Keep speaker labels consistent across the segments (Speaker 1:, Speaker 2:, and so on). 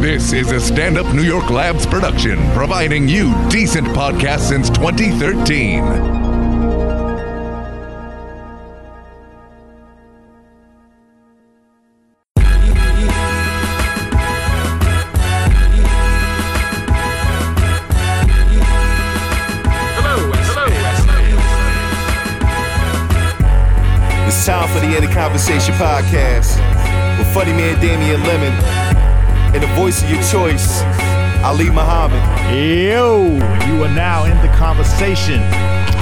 Speaker 1: This is a Stand Up New York Labs production, providing you decent podcasts since 2013.
Speaker 2: It's time for the End of Conversation podcast with funny man Damian Lemon and the voice of your choice, Ali Muhammad.
Speaker 3: Yo, you are now in the conversation.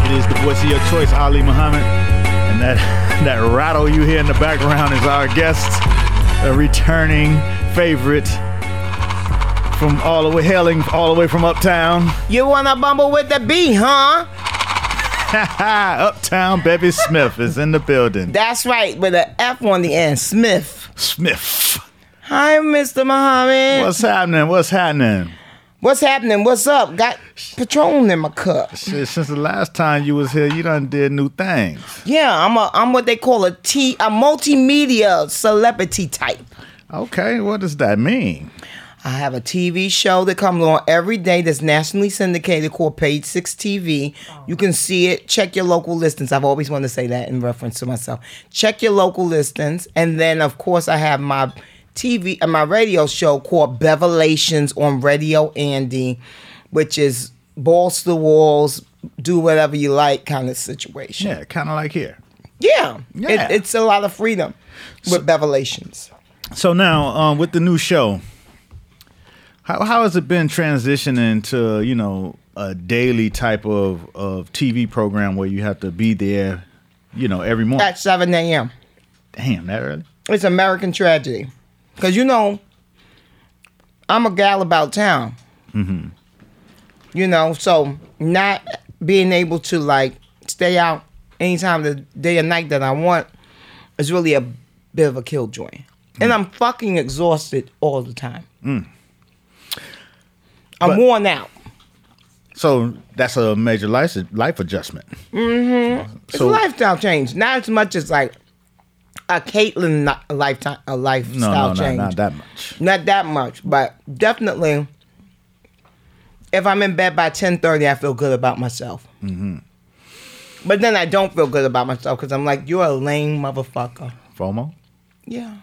Speaker 3: It is the voice of your choice, Ali Muhammad. And that, that rattle you hear in the background is our guest, a returning favorite from all the way, hailing all the way from uptown.
Speaker 4: You wanna bumble with the bee, huh?
Speaker 3: uptown Bevy Smith is in the building.
Speaker 4: That's right, with an F on the end, Smith.
Speaker 3: Smith.
Speaker 4: Hi, Mr. Muhammad. What's,
Speaker 3: What's happening? What's happening?
Speaker 4: happening? What's up? Got Patron in my cup.
Speaker 3: Shit, since the last time you was here, you done did new things.
Speaker 4: Yeah, I'm a I'm what they call a T a multimedia celebrity type.
Speaker 3: Okay, what does that mean?
Speaker 4: I have a TV show that comes on every day that's nationally syndicated called Page Six TV. You can see it. Check your local listings. I've always wanted to say that in reference to myself. Check your local listings, and then of course I have my TV and my radio show called Bevelations on Radio Andy, which is balls to the walls, do whatever you like kind of situation.
Speaker 3: Yeah, kind of like here.
Speaker 4: Yeah,
Speaker 3: Yeah.
Speaker 4: It, it's a lot of freedom with Bevelations.
Speaker 3: So now, um, with the new show, how how has it been transitioning to you know a daily type of of TV program where you have to be there, you know, every morning?
Speaker 4: At seven a.m.
Speaker 3: Damn, that early.
Speaker 4: It's American tragedy. Because, you know, I'm a gal about town.
Speaker 3: Mm-hmm.
Speaker 4: You know, so not being able to, like, stay out anytime the day or night that I want is really a bit of a killjoy.
Speaker 3: Mm.
Speaker 4: And I'm fucking exhausted all the time. I'm
Speaker 3: But-
Speaker 4: worn out.
Speaker 3: So that's a major life life adjustment. Mm-hmm.
Speaker 4: It's a lifestyle change. Not as much as, like, a Caitlyn li- lifetime, a
Speaker 3: no,
Speaker 4: lifestyle
Speaker 3: no, no,
Speaker 4: change.
Speaker 3: not that much.
Speaker 4: not that much, but definitely if I'm in bed by 10:30, I feel good about myself. But then I don't feel good about myself because I'm like, you're a lame motherfucker.
Speaker 3: FOMO.
Speaker 4: Yeah.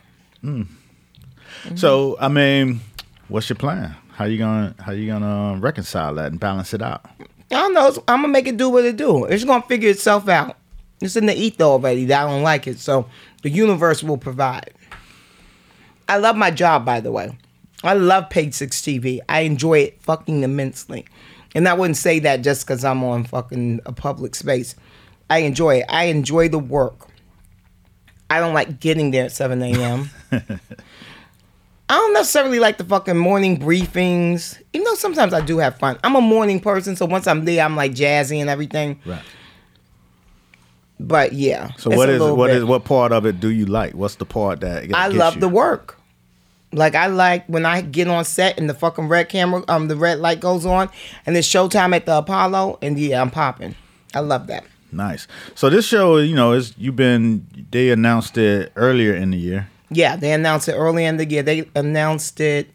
Speaker 4: Mm-hmm.
Speaker 3: So I mean, what's your plan? How you gonna how you gonna um, reconcile that and balance it out?
Speaker 4: I don't know. It's, I'm gonna make it do what it do. It's gonna figure itself out. It's in the ether already. That I don't like it, so the universe will provide. I love my job, by the way. I love Page Six TV. I enjoy it fucking immensely, and I wouldn't say that just because I'm on fucking a public space. I enjoy it. I enjoy the work. I don't like getting there at 7 a.m. I don't necessarily like the fucking morning briefings, even though sometimes I do have fun. I'm a morning person, so once I'm there, I'm like jazzy and everything.
Speaker 3: Right.
Speaker 4: But yeah.
Speaker 3: So
Speaker 4: it's
Speaker 3: what
Speaker 4: a
Speaker 3: is
Speaker 4: little
Speaker 3: what is
Speaker 4: bit.
Speaker 3: what part of it do you like? What's the part that, that
Speaker 4: I
Speaker 3: gets
Speaker 4: love
Speaker 3: you?
Speaker 4: the work. Like I like when I get on set and the fucking red camera, um, the red light goes on, and it's showtime at the Apollo, and yeah, I'm popping. I love that.
Speaker 3: Nice. So this show, you know, is you've been they announced it earlier in the year.
Speaker 4: Yeah, they announced it early in the year. They announced it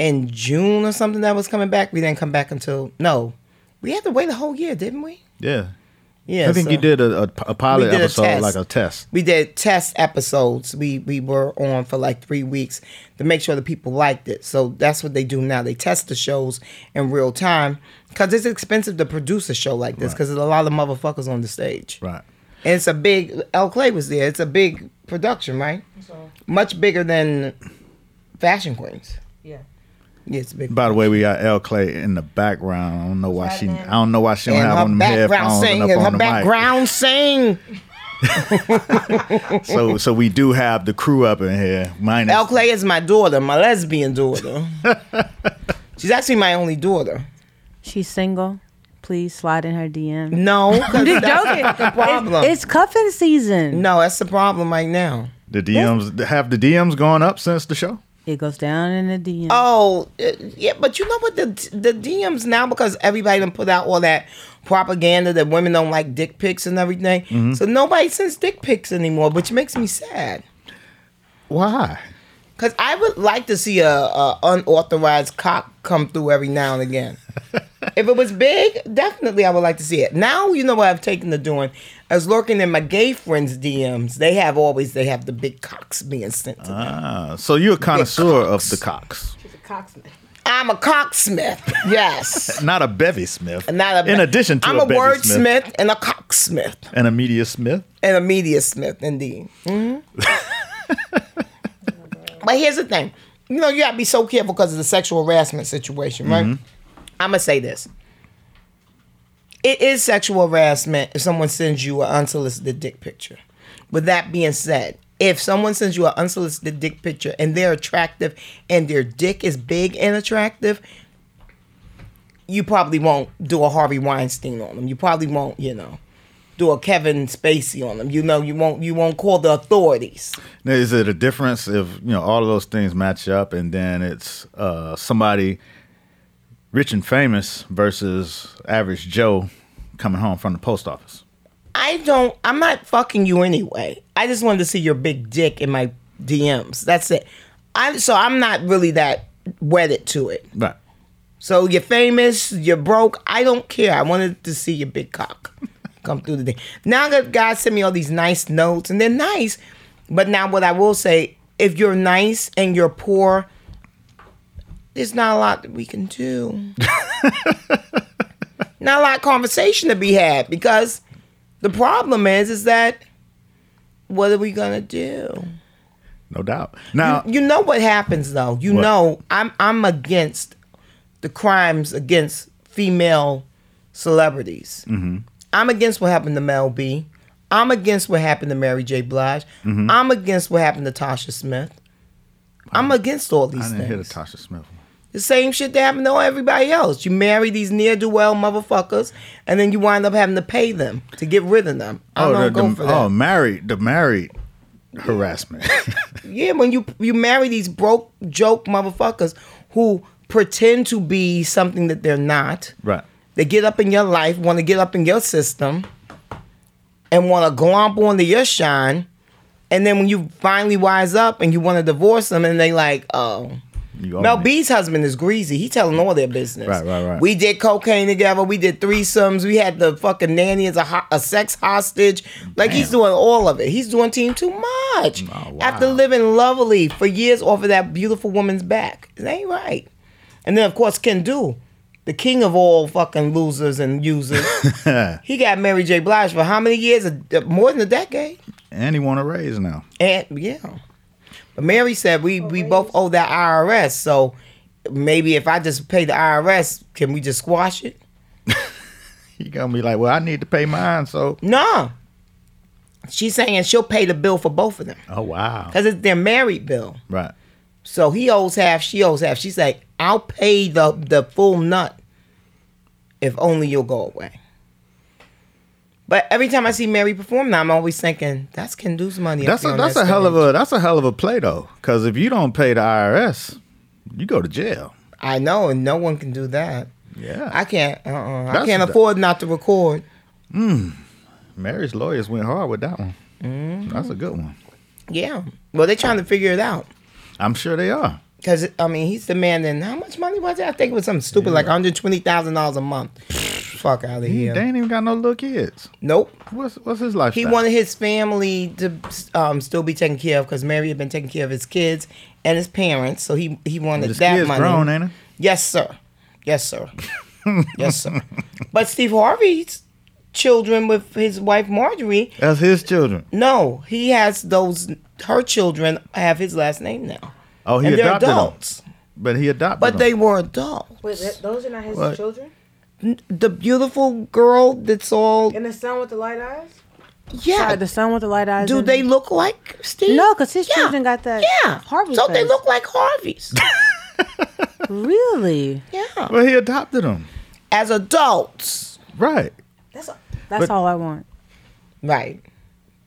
Speaker 4: in June or something that was coming back. We didn't come back until no, we had to wait a whole year, didn't we?
Speaker 3: Yeah.
Speaker 4: Yeah,
Speaker 3: I think
Speaker 4: so-
Speaker 3: you did a, a, a pilot
Speaker 4: We did a
Speaker 3: episode,
Speaker 4: test.
Speaker 3: like a test.
Speaker 4: we did test episodes. We we were on for like three weeks to make sure the people liked it. So that's what they do now. They test the shows in real time because it's expensive to produce a show like this because there's a lot of motherfuckers on the stage.
Speaker 3: Right.
Speaker 4: And it's a big. L. Clay was there. It's a big production, right? Much bigger than Fashion Queens.
Speaker 5: Yeah.
Speaker 4: Yeah, it's a big.
Speaker 3: By the way, we got L Clay in the background. I don't know why she. I don't know why she don't
Speaker 4: and
Speaker 3: have on
Speaker 4: her
Speaker 3: them
Speaker 4: background
Speaker 3: headphones
Speaker 4: sing,
Speaker 3: and
Speaker 4: and
Speaker 3: up on
Speaker 4: her
Speaker 3: the
Speaker 4: background sing.
Speaker 3: mic. So, so we do have the crew up in here. Minus
Speaker 4: L. Clay is my daughter, my lesbian daughter. She's actually my only daughter.
Speaker 5: She's single. Please slide in her DM.
Speaker 4: No, 'cause
Speaker 5: I'm just
Speaker 4: that's
Speaker 5: joking.
Speaker 4: the problem.
Speaker 5: It's cuffing season.
Speaker 4: no, that's the problem right now.
Speaker 3: the DMs. Have the DMs gone up since the show?
Speaker 5: It goes down in the DM.
Speaker 4: Oh, uh, yeah, but you know what? The the DMs now because everybody done put out all that propaganda that women don't like dick pics and everything. So nobody sends dick pics anymore, which makes me sad.
Speaker 3: Why?
Speaker 4: Cause I would like to see a, a unauthorized cock come through every now and again. if it was big, definitely I would like to see it. Now you know what I've taken to doing is lurking in my gay friends' DMs. They have always they have the big cocks being sent to them.
Speaker 3: Ah, so you're a connoisseur of the cocks,
Speaker 4: I'm a cocksmith. Yes.
Speaker 3: not a bevy smith.
Speaker 4: Not a,
Speaker 3: in addition to
Speaker 4: I'm
Speaker 3: a,
Speaker 4: a,
Speaker 3: bevy smith
Speaker 4: wordsmith and a cocksmith
Speaker 3: and a media smith.
Speaker 4: and a media smith indeed. hmm but here's the thing, you know, you gotta be so careful because of the sexual harassment situation, right? I'm gonna say this: it is sexual harassment if someone sends you an unsolicited dick picture. With that being said. If someone sends you an unsolicited dick picture and they're attractive and their dick is big and attractive, you probably won't do a Harvey Weinstein on them. You probably won't, you know, do a Kevin Spacey on them. You know, you won't you won't call the authorities.
Speaker 3: Now, is it a difference if you know all of those things match up, and then it's uh, somebody rich and famous versus average Joe coming home from the post office?
Speaker 4: I don't. I'm not fucking you anyway. I just wanted to see your big dick in my DMs. That's it. I so I'm not really that wedded to it.
Speaker 3: Right.
Speaker 4: So you're famous, you're broke. I don't care. I wanted to see your big cock come through the thing. Now that God sent me all these nice notes, and they're nice, but now what I will say, if you're nice and you're poor, there's not a lot that we can do. not a lot of conversation to be had because the problem is, is that what are we gonna do?
Speaker 3: No doubt. Now,
Speaker 4: You know what happens though. You
Speaker 3: What?
Speaker 4: know, I'm I'm against the crimes against female celebrities.
Speaker 3: Mm-hmm.
Speaker 4: I'm against what happened to Mel B. I'm against what happened to Mary J. Blige.
Speaker 3: Mm-hmm.
Speaker 4: I'm against what happened to Tasha Smith. I'm against all these
Speaker 3: I didn't
Speaker 4: things.
Speaker 3: hear the Tasha Smith. one.
Speaker 4: The same shit that happened to everybody else. You marry these near do well motherfuckers, and then you wind up having to pay them to get rid of them. I don't
Speaker 3: the,
Speaker 4: go
Speaker 3: the-
Speaker 4: for that.
Speaker 3: oh, married the married harassment.
Speaker 4: Yeah, when you you marry these broke joke motherfuckers who pretend to be something that they're not.
Speaker 3: right.
Speaker 4: They get up in your life, want to get up in your system, and want to glomp onto your shine. And then when you finally wise up and you want to divorce them, and they like, oh,
Speaker 3: You
Speaker 4: Mel
Speaker 3: own it.
Speaker 4: B's husband is greasy. He telling all their business.
Speaker 3: Right, right, right.
Speaker 4: We did cocaine together. We did threesomes. We had the fucking nanny as a, ho- a sex hostage. Like he's
Speaker 3: Damn. Oh,
Speaker 4: doing all of it. He's doing team too much.
Speaker 3: wow.
Speaker 4: After living lovely for years off of that beautiful woman's back, it ain't right. And then of course Ken Do, the king of all fucking losers and users. he got Mary J. Blige for how many years? A- More than a decade.
Speaker 3: And he want to raise now.
Speaker 4: And yeah. But Mary said we we both owe that IRS, so maybe if I just pay the IRS, can we just squash it?
Speaker 3: He gonna be like, well, I need to pay mine. So,
Speaker 4: No. She's saying she'll pay the bill for both of them.
Speaker 3: oh wow.
Speaker 4: Because it's their married bill.
Speaker 3: Right.
Speaker 4: So he owes half, she owes half. She's like, I'll pay the the full nut if only you'll go away. But every time I see Mary perform now, I'm always thinking, that's Kendu's money. up
Speaker 3: That's
Speaker 4: there
Speaker 3: a
Speaker 4: on
Speaker 3: that's
Speaker 4: that
Speaker 3: a hell of
Speaker 4: stage."
Speaker 3: a that's a hell of a play though. Because if you don't pay the IRS, you go to jail.
Speaker 4: I know, and no one can do that.
Speaker 3: Yeah.
Speaker 4: I can't. Uh-uh. I
Speaker 3: That's
Speaker 4: can't
Speaker 3: the-
Speaker 4: afford not to record.
Speaker 3: Mary's lawyers went hard with that one.
Speaker 4: Mm-hmm.
Speaker 3: That's a good one.
Speaker 4: Yeah. Well, they're trying to figure it out
Speaker 3: I'm sure they are.
Speaker 4: because I mean he's demanding how much money was it? I think it was something stupid like one hundred twenty thousand dollars a month. Fuck out of
Speaker 3: They
Speaker 4: here.
Speaker 3: ain't even got no little kids.
Speaker 4: Nope.
Speaker 3: What's what's his life?
Speaker 4: He wanted his family to um, still be taken care of because Mary had been taking care of his kids and his parents, so he he wanted
Speaker 3: his
Speaker 4: that
Speaker 3: kids
Speaker 4: money.
Speaker 3: grown, ain't he?
Speaker 4: Yes, sir. Yes, sir. yes, sir. But Steve Harvey's children with his wife Marjorie
Speaker 3: That's his children.
Speaker 4: No, he has those. Her children have his last name now.
Speaker 3: Oh, he
Speaker 4: and they're
Speaker 3: adopted 'em. Uh-huh.
Speaker 4: adults,
Speaker 3: But he adopted.
Speaker 4: but
Speaker 3: them.
Speaker 4: they were adults.
Speaker 6: Wait, th- those are not his
Speaker 3: What?
Speaker 6: children?
Speaker 4: The beautiful girl that's all
Speaker 6: And the son with the light eyes?
Speaker 5: Sorry,
Speaker 4: yeah.
Speaker 5: the son with the light eyes.
Speaker 4: Do
Speaker 5: and-
Speaker 4: they look like Steve?
Speaker 5: No, 'cause his
Speaker 4: Yeah.
Speaker 5: children got that.
Speaker 4: Yeah,
Speaker 5: Harvey.
Speaker 4: So they
Speaker 5: face.
Speaker 4: look like Harveys.
Speaker 5: really.
Speaker 4: yeah,
Speaker 3: Well, he adopted them.
Speaker 4: as adults,
Speaker 3: Right.
Speaker 6: That's a-
Speaker 5: That's
Speaker 3: But-
Speaker 5: all I want.
Speaker 4: right?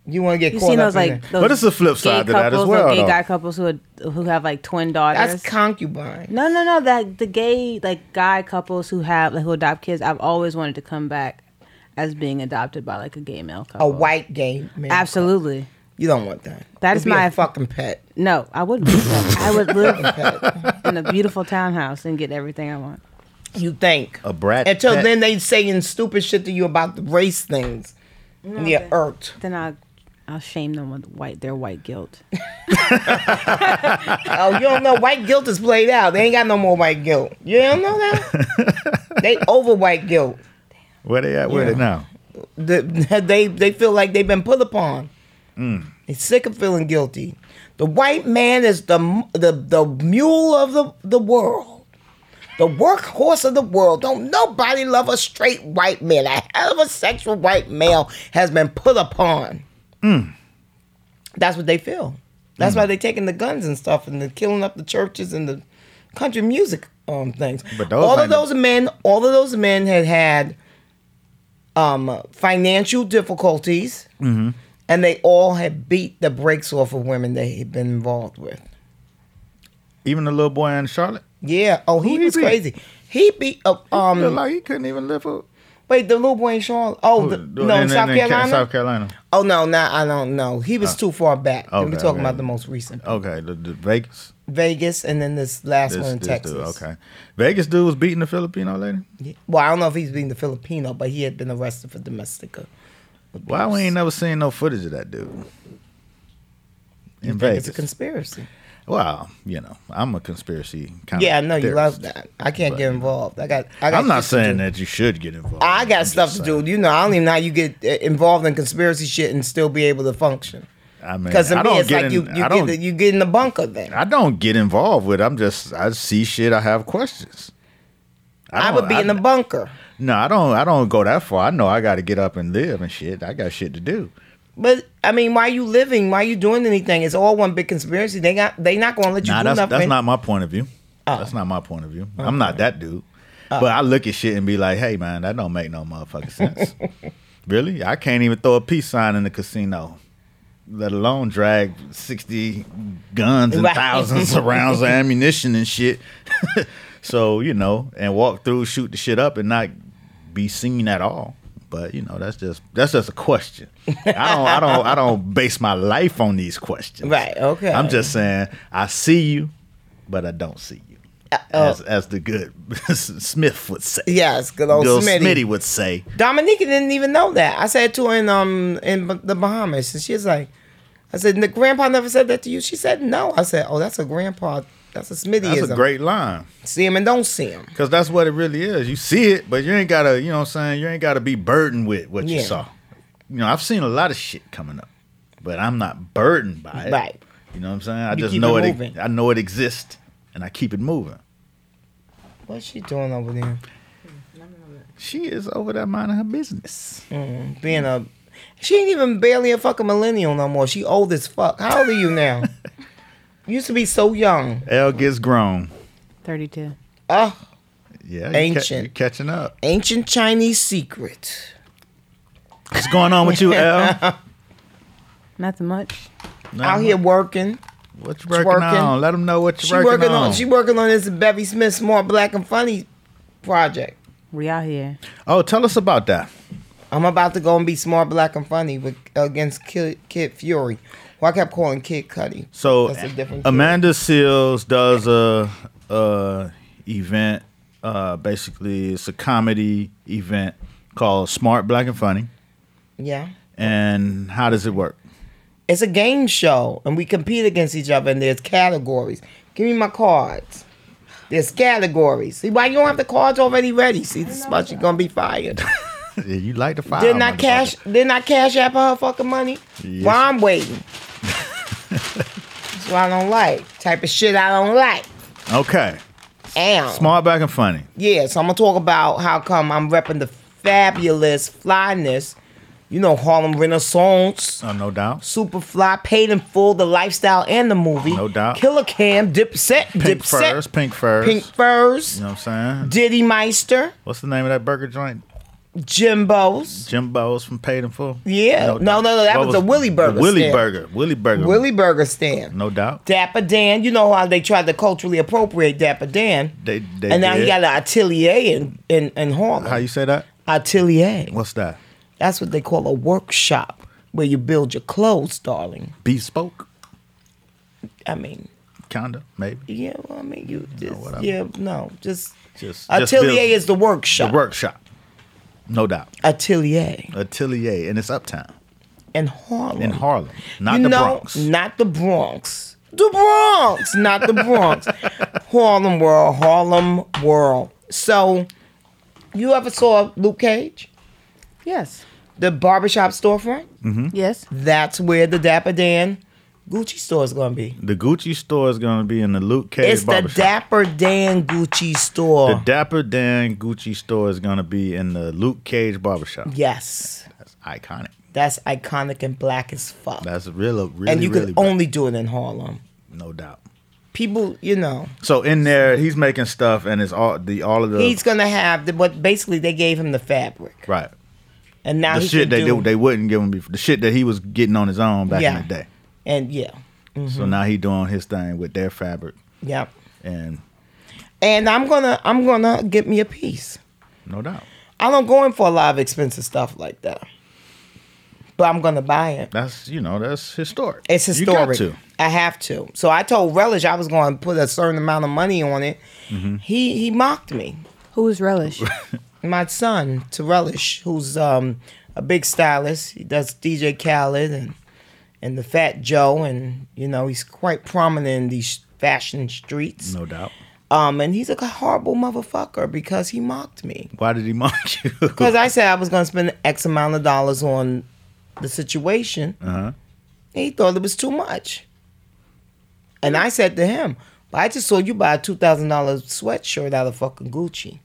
Speaker 4: You want to get
Speaker 5: You
Speaker 4: caught
Speaker 5: seen
Speaker 4: up
Speaker 5: those
Speaker 4: in
Speaker 5: like
Speaker 4: that.
Speaker 5: those
Speaker 3: But it's the flip
Speaker 5: gay
Speaker 3: side to that as
Speaker 5: couples,
Speaker 3: well,
Speaker 5: those Gay
Speaker 3: though.
Speaker 5: guy couples who who have like twin daughters.
Speaker 4: that's concubine.
Speaker 5: no, no, no. That the gay like guy couples who have like who adopt kids. I've always wanted to come back as being adopted by like a gay male couple.
Speaker 4: A white gay man.
Speaker 5: Absolutely.
Speaker 4: You don't want that.
Speaker 5: That
Speaker 4: It'd
Speaker 5: is
Speaker 4: be
Speaker 5: my-
Speaker 4: a fucking pet.
Speaker 5: No, I wouldn't. do that. I would live in a beautiful townhouse and get everything I want.
Speaker 4: You think
Speaker 7: A brat
Speaker 4: Until
Speaker 7: pet.
Speaker 4: then, they saying stupid shit to you about the race things. and you're irked.
Speaker 5: Then I'll, I'll shame them with white their white guilt.
Speaker 4: Oh, you don't know white guilt is played out. They ain't got no more white guilt. You don't know that? they over white guilt.
Speaker 3: Where they at with it now?
Speaker 4: The, they they feel like they've been put upon. They're sick of feeling guilty. The white man is the the the mule of the the world, the workhorse of the world. Don't nobody love a straight white man. A hell of a sexual white male has been put upon.
Speaker 3: Hmm.
Speaker 4: That's what they feel. That's why they're taking the guns and stuff and they're killing up the churches and the country music um things.
Speaker 3: But those
Speaker 4: all of
Speaker 3: ain't the-
Speaker 4: those men, all of those men had had um financial difficulties,
Speaker 3: Mm-hmm.
Speaker 4: and they all had beat the brakes off of women they had been involved with.
Speaker 3: Even the little boy in Charlotte,
Speaker 4: Yeah. Oh, he,
Speaker 3: Who he
Speaker 4: was
Speaker 3: beat?
Speaker 4: crazy. He beat up.
Speaker 3: um,
Speaker 4: Um.
Speaker 3: like he couldn't even live for.
Speaker 4: Wait, the little boy in Charlotte. Oh, the, no, in South Carolina.
Speaker 3: South Carolina.
Speaker 4: Oh no, no, I don't know. He was too far back.
Speaker 3: Okay,
Speaker 4: We're talking
Speaker 3: okay.
Speaker 4: about the most recent.
Speaker 3: Okay, the, the Vegas.
Speaker 4: Vegas, and then this last
Speaker 3: This,
Speaker 4: one in
Speaker 3: this
Speaker 4: Texas.
Speaker 3: dude. Okay, Vegas dude was beating the Filipino lady.
Speaker 4: Well, I don't know if he's being the Filipino, but he had been arrested for domestic. uh,
Speaker 3: Why we ain't never seen no footage of that dude in
Speaker 4: It's a
Speaker 3: Vegas?
Speaker 4: conspiracy.
Speaker 3: well, you know, I'm a conspiracy kind
Speaker 4: Yeah, I
Speaker 3: of.
Speaker 4: know you love
Speaker 3: theorist.
Speaker 4: that. I can't
Speaker 3: But-
Speaker 4: get involved. I got. I got
Speaker 3: I'm not
Speaker 4: shit to
Speaker 3: saying
Speaker 4: do.
Speaker 3: that you should get involved.
Speaker 4: I got
Speaker 3: I'm
Speaker 4: stuff
Speaker 3: just
Speaker 4: to
Speaker 3: saying.
Speaker 4: do. You know, I don't even know how you get uh, involved in conspiracy shit and still be able to function.
Speaker 3: I mean,
Speaker 4: Because
Speaker 3: I
Speaker 4: to me,
Speaker 3: don't
Speaker 4: it's
Speaker 3: get
Speaker 4: like you
Speaker 3: in-
Speaker 4: you
Speaker 3: I don't,
Speaker 4: get the, you get in the bunker then.
Speaker 3: I don't get involved with. it. I'm just I see shit. I have questions.
Speaker 4: I,
Speaker 3: don't-
Speaker 4: would be in the bunker.
Speaker 3: No, I don't. I don't go that far. I know I got to get up and live and shit. I got shit to do.
Speaker 4: But I mean, why you living? Why you doing anything? It's all one big conspiracy. They got they not gonna let you
Speaker 3: Nah,
Speaker 4: do Ah.
Speaker 3: that's
Speaker 4: nothing.
Speaker 3: that's not my point of view. That's not my point of view. I'm not that dude.
Speaker 4: Ah.
Speaker 3: But I look at shit and be like, hey man, that don't make no motherfucking sense. really, I can't even throw a peace sign in the casino, let alone drag sixty guns and
Speaker 4: Right.
Speaker 3: thousands of rounds of ammunition and shit. so you know, and walk through, shoot the shit up, and not be seen at all. But you know, that's just that's just a question. I don't I don't I don't base my life on these questions.
Speaker 4: Right, okay.
Speaker 3: I'm just saying I see you, but I don't see you.
Speaker 4: Uh, oh.
Speaker 3: as, as the good Smith would say.
Speaker 4: Yes, good old
Speaker 3: Good
Speaker 4: Oh, Smitty.
Speaker 3: Smitty would say.
Speaker 4: Dominica didn't even know that. I said to her in um in B- the Bahamas, and she's like, I said, "The grandpa never said that to you." She said, "No." I said, "Oh, that's a grandpa. That's a Smithyism.
Speaker 3: That's a great line.
Speaker 4: see him and don't see him."
Speaker 3: Cause that's what it really is. You see it, but you ain't gotta, you know what I'm saying, you ain't gotta be burdened with what you
Speaker 4: Yeah.
Speaker 3: saw. You know, I've seen a lot of shit coming up, but I'm not burdened by it.
Speaker 4: Right.
Speaker 3: You know what I'm saying? I
Speaker 4: You
Speaker 3: just
Speaker 4: keep
Speaker 3: know
Speaker 4: it
Speaker 3: it, e-
Speaker 4: moving.
Speaker 3: I know it exists and I keep it moving.
Speaker 4: What's she doing over there?
Speaker 3: She is over there minding her business.
Speaker 4: Being a, she ain't even barely a fucking millennial no more. She old as fuck. How old are you now? Used to be so young.
Speaker 3: L gets grown.
Speaker 5: Thirty-two.
Speaker 4: Oh,
Speaker 3: Yeah. you ca-
Speaker 4: Ancient.
Speaker 3: you catching up.
Speaker 4: ancient Chinese secret.
Speaker 3: What's going on with you, L?
Speaker 5: Nothing much.
Speaker 4: Out here working.
Speaker 3: What you working
Speaker 4: twerking.
Speaker 3: on? Let them know what
Speaker 4: She
Speaker 3: you're working,
Speaker 4: working on.
Speaker 3: on.
Speaker 4: She working on this Bevy Smith Smart Black and Funny project.
Speaker 5: We out here.
Speaker 3: oh, tell us about that.
Speaker 4: I'm about to go and be smart, black, and funny with against Kid, Kid Fury. Well, I kept calling Kid Cudi.
Speaker 3: So
Speaker 4: That's a different
Speaker 3: Amanda Seals does a, a event. Uh, basically, it's a comedy event called Smart Black and Funny.
Speaker 4: yeah,
Speaker 3: And how does it work?
Speaker 4: it's a game show, and we compete against each other, and there's categories. Give me my cards. There's categories. See why you don't have the cards already ready? See, this is why she's gonna be fired.
Speaker 3: Yeah, you like the fire?
Speaker 4: Didn't I
Speaker 3: motherfucker.
Speaker 4: cash? Didn't I cash app her fucking money?
Speaker 3: Yes.
Speaker 4: Why I'm waiting? That's what I don't like. Type of shit I don't like.
Speaker 3: Okay,
Speaker 4: Ow.
Speaker 3: Smart Black and Funny.
Speaker 4: Yeah, so I'm gonna talk about how come I'm repping the fabulous flyness, you know, Harlem Renaissance,
Speaker 3: Oh, no doubt.
Speaker 4: Superfly, Paid in Full, the lifestyle and the movie.
Speaker 3: No doubt.
Speaker 4: Killer Cam, Dipset,
Speaker 3: Pink
Speaker 4: Dipset,
Speaker 3: furs, pink furs.
Speaker 4: Pink Furs,
Speaker 3: You know what I'm saying?
Speaker 4: Diddy Meister,
Speaker 3: What's the name of that burger joint?
Speaker 4: Jimbo's.
Speaker 3: Jimbo's from Paid in Full.
Speaker 4: Yeah. No, no, no, that
Speaker 3: What
Speaker 4: was the Willy Burger
Speaker 3: The Willy
Speaker 4: stand.
Speaker 3: Burger. Willy Burger.
Speaker 4: Willie Burger Stand.
Speaker 3: No doubt.
Speaker 4: Dapper Dan, you know how they tried to culturally appropriate Dapper Dan.
Speaker 3: They, they
Speaker 4: and now he
Speaker 3: did.
Speaker 4: got an atelier in, in, in Harlem.
Speaker 3: How you say that?
Speaker 4: atelier.
Speaker 3: What's that?
Speaker 4: That's what they call a workshop. where you build your clothes, darling.
Speaker 3: Bespoke,
Speaker 4: I mean,
Speaker 3: kinda, maybe.
Speaker 4: yeah, well, I mean, you just,
Speaker 3: what I mean.
Speaker 4: yeah, no, just,
Speaker 3: Just- just build-
Speaker 4: Atelier is the workshop.
Speaker 3: The workshop, no doubt.
Speaker 4: Atelier
Speaker 3: Atelier, and it's uptown
Speaker 4: in Harlem.
Speaker 3: in Harlem, not
Speaker 4: you
Speaker 3: the
Speaker 4: know,
Speaker 3: Bronx.
Speaker 4: Not the Bronx. The Bronx, not the Bronx. Harlem World, Harlem World. So, you ever saw Luke Cage,
Speaker 5: Yes.
Speaker 4: the barbershop storefront?
Speaker 5: Yes.
Speaker 4: That's where the Dapper Dan Gucci store is going to be.
Speaker 3: the Gucci store is gonna be in the Luke Cage
Speaker 4: it's the
Speaker 3: barbershop.
Speaker 4: Dapper Dan Gucci store.
Speaker 3: The Dapper Dan Gucci store is gonna be in the Luke Cage barbershop.
Speaker 4: yes.
Speaker 3: That's iconic.
Speaker 4: That's iconic and black as fuck.
Speaker 3: That's real, really,
Speaker 4: and you
Speaker 3: really
Speaker 4: can only do it in Harlem.
Speaker 3: bad, no doubt.
Speaker 4: People, you know,
Speaker 3: So in there, he's making stuff, and it's all the all of the
Speaker 4: he's gonna have the, what basically they gave him the fabric,
Speaker 3: right.
Speaker 4: and now
Speaker 3: The
Speaker 4: he
Speaker 3: shit
Speaker 4: can
Speaker 3: they
Speaker 4: do,
Speaker 3: do, they wouldn't give him before. The shit that he was getting on his own back
Speaker 4: yeah, Mm-hmm.
Speaker 3: in the day.
Speaker 4: and yeah,
Speaker 3: So now he doing his thing with their fabric,
Speaker 4: yeah.
Speaker 3: and
Speaker 4: And I'm gonna, I'm gonna get me a piece.
Speaker 3: no doubt,
Speaker 4: I don't go in for a lot of expensive stuff like that, but I'm gonna buy it.
Speaker 3: that's you know that's historic.
Speaker 4: It's historic.
Speaker 3: You got to.
Speaker 4: I have to. So I told Relish I was going to put a certain amount of money on it.
Speaker 3: Mm-hmm.
Speaker 4: He he mocked me.
Speaker 5: Who is Relish?
Speaker 4: My son to Relish, who's um, a big stylist. He does DJ Khaled and and the Fat Joe, and you know he's quite prominent in these fashion streets.
Speaker 3: No doubt.
Speaker 4: Um, and he's a horrible motherfucker because he mocked me.
Speaker 3: Why did he mock you?
Speaker 4: Because I said I was going to spend X amount of dollars on the situation.
Speaker 3: Uh-huh.
Speaker 4: And he thought it was too much. And I said to him, "But I just saw you buy a $2,000 sweatshirt out of fucking Gucci.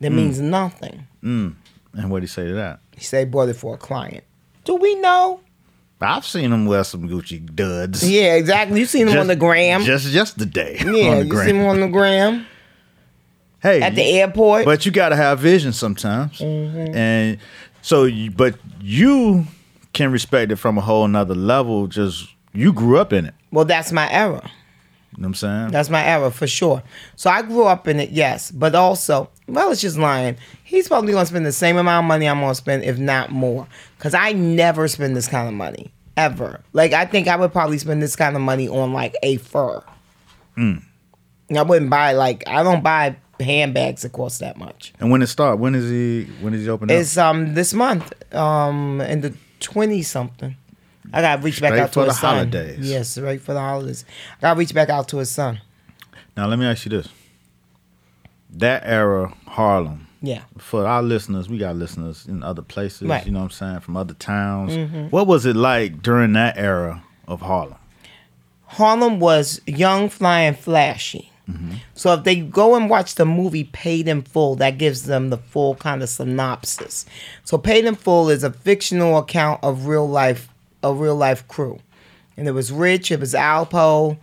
Speaker 4: That
Speaker 3: Mm.
Speaker 4: means nothing.
Speaker 3: and what did he say to that?
Speaker 4: He said he bought it for a client. Do we know?
Speaker 3: I've seen him wear some Gucci duds.
Speaker 4: Yeah, exactly. You seen him on the gram.
Speaker 3: Just yesterday.
Speaker 4: yeah,
Speaker 3: on the
Speaker 4: you
Speaker 3: gram.
Speaker 4: seen him on the gram
Speaker 3: hey,
Speaker 4: at the Mm-hmm.
Speaker 3: you-
Speaker 4: airport.
Speaker 3: But you got to have vision sometimes, and so you, but you can respect it from a whole nother level. Just you grew up in it.
Speaker 4: well, that's my error.
Speaker 3: You know what I'm saying?
Speaker 4: That's my era for sure. So I grew up in it, yes. But also, well, it's just lying. He's probably gonna spend the same amount of money I'm gonna spend, if not more. Cause I never spend this kind of money. Ever. Like I think I would probably spend this kind of money on like a fur.
Speaker 3: Hmm.
Speaker 4: I wouldn't buy like I don't buy handbags that cost that much.
Speaker 3: and when it start? When is he? When is he open up?
Speaker 4: It's um this month, um in the twenty something. I gotta reach back
Speaker 3: Straight
Speaker 4: out to
Speaker 3: for
Speaker 4: his
Speaker 3: the
Speaker 4: son.
Speaker 3: holidays.
Speaker 4: Yes, right for the holidays. I gotta reach back out to his son.
Speaker 3: Now let me ask you this: that era Harlem.
Speaker 4: Yeah.
Speaker 3: For our listeners, we got listeners in other places.
Speaker 4: Right. Mm-hmm.
Speaker 3: You know what I'm saying? From other towns. What was it like during that era of Harlem?
Speaker 4: Harlem was young, flying, flashy. So if they go and watch the movie Paid in Full, that gives them the full kind of synopsis. So Paid in Full is a fictional account of real life, a real life crew, and it was Rich, it was Alpo,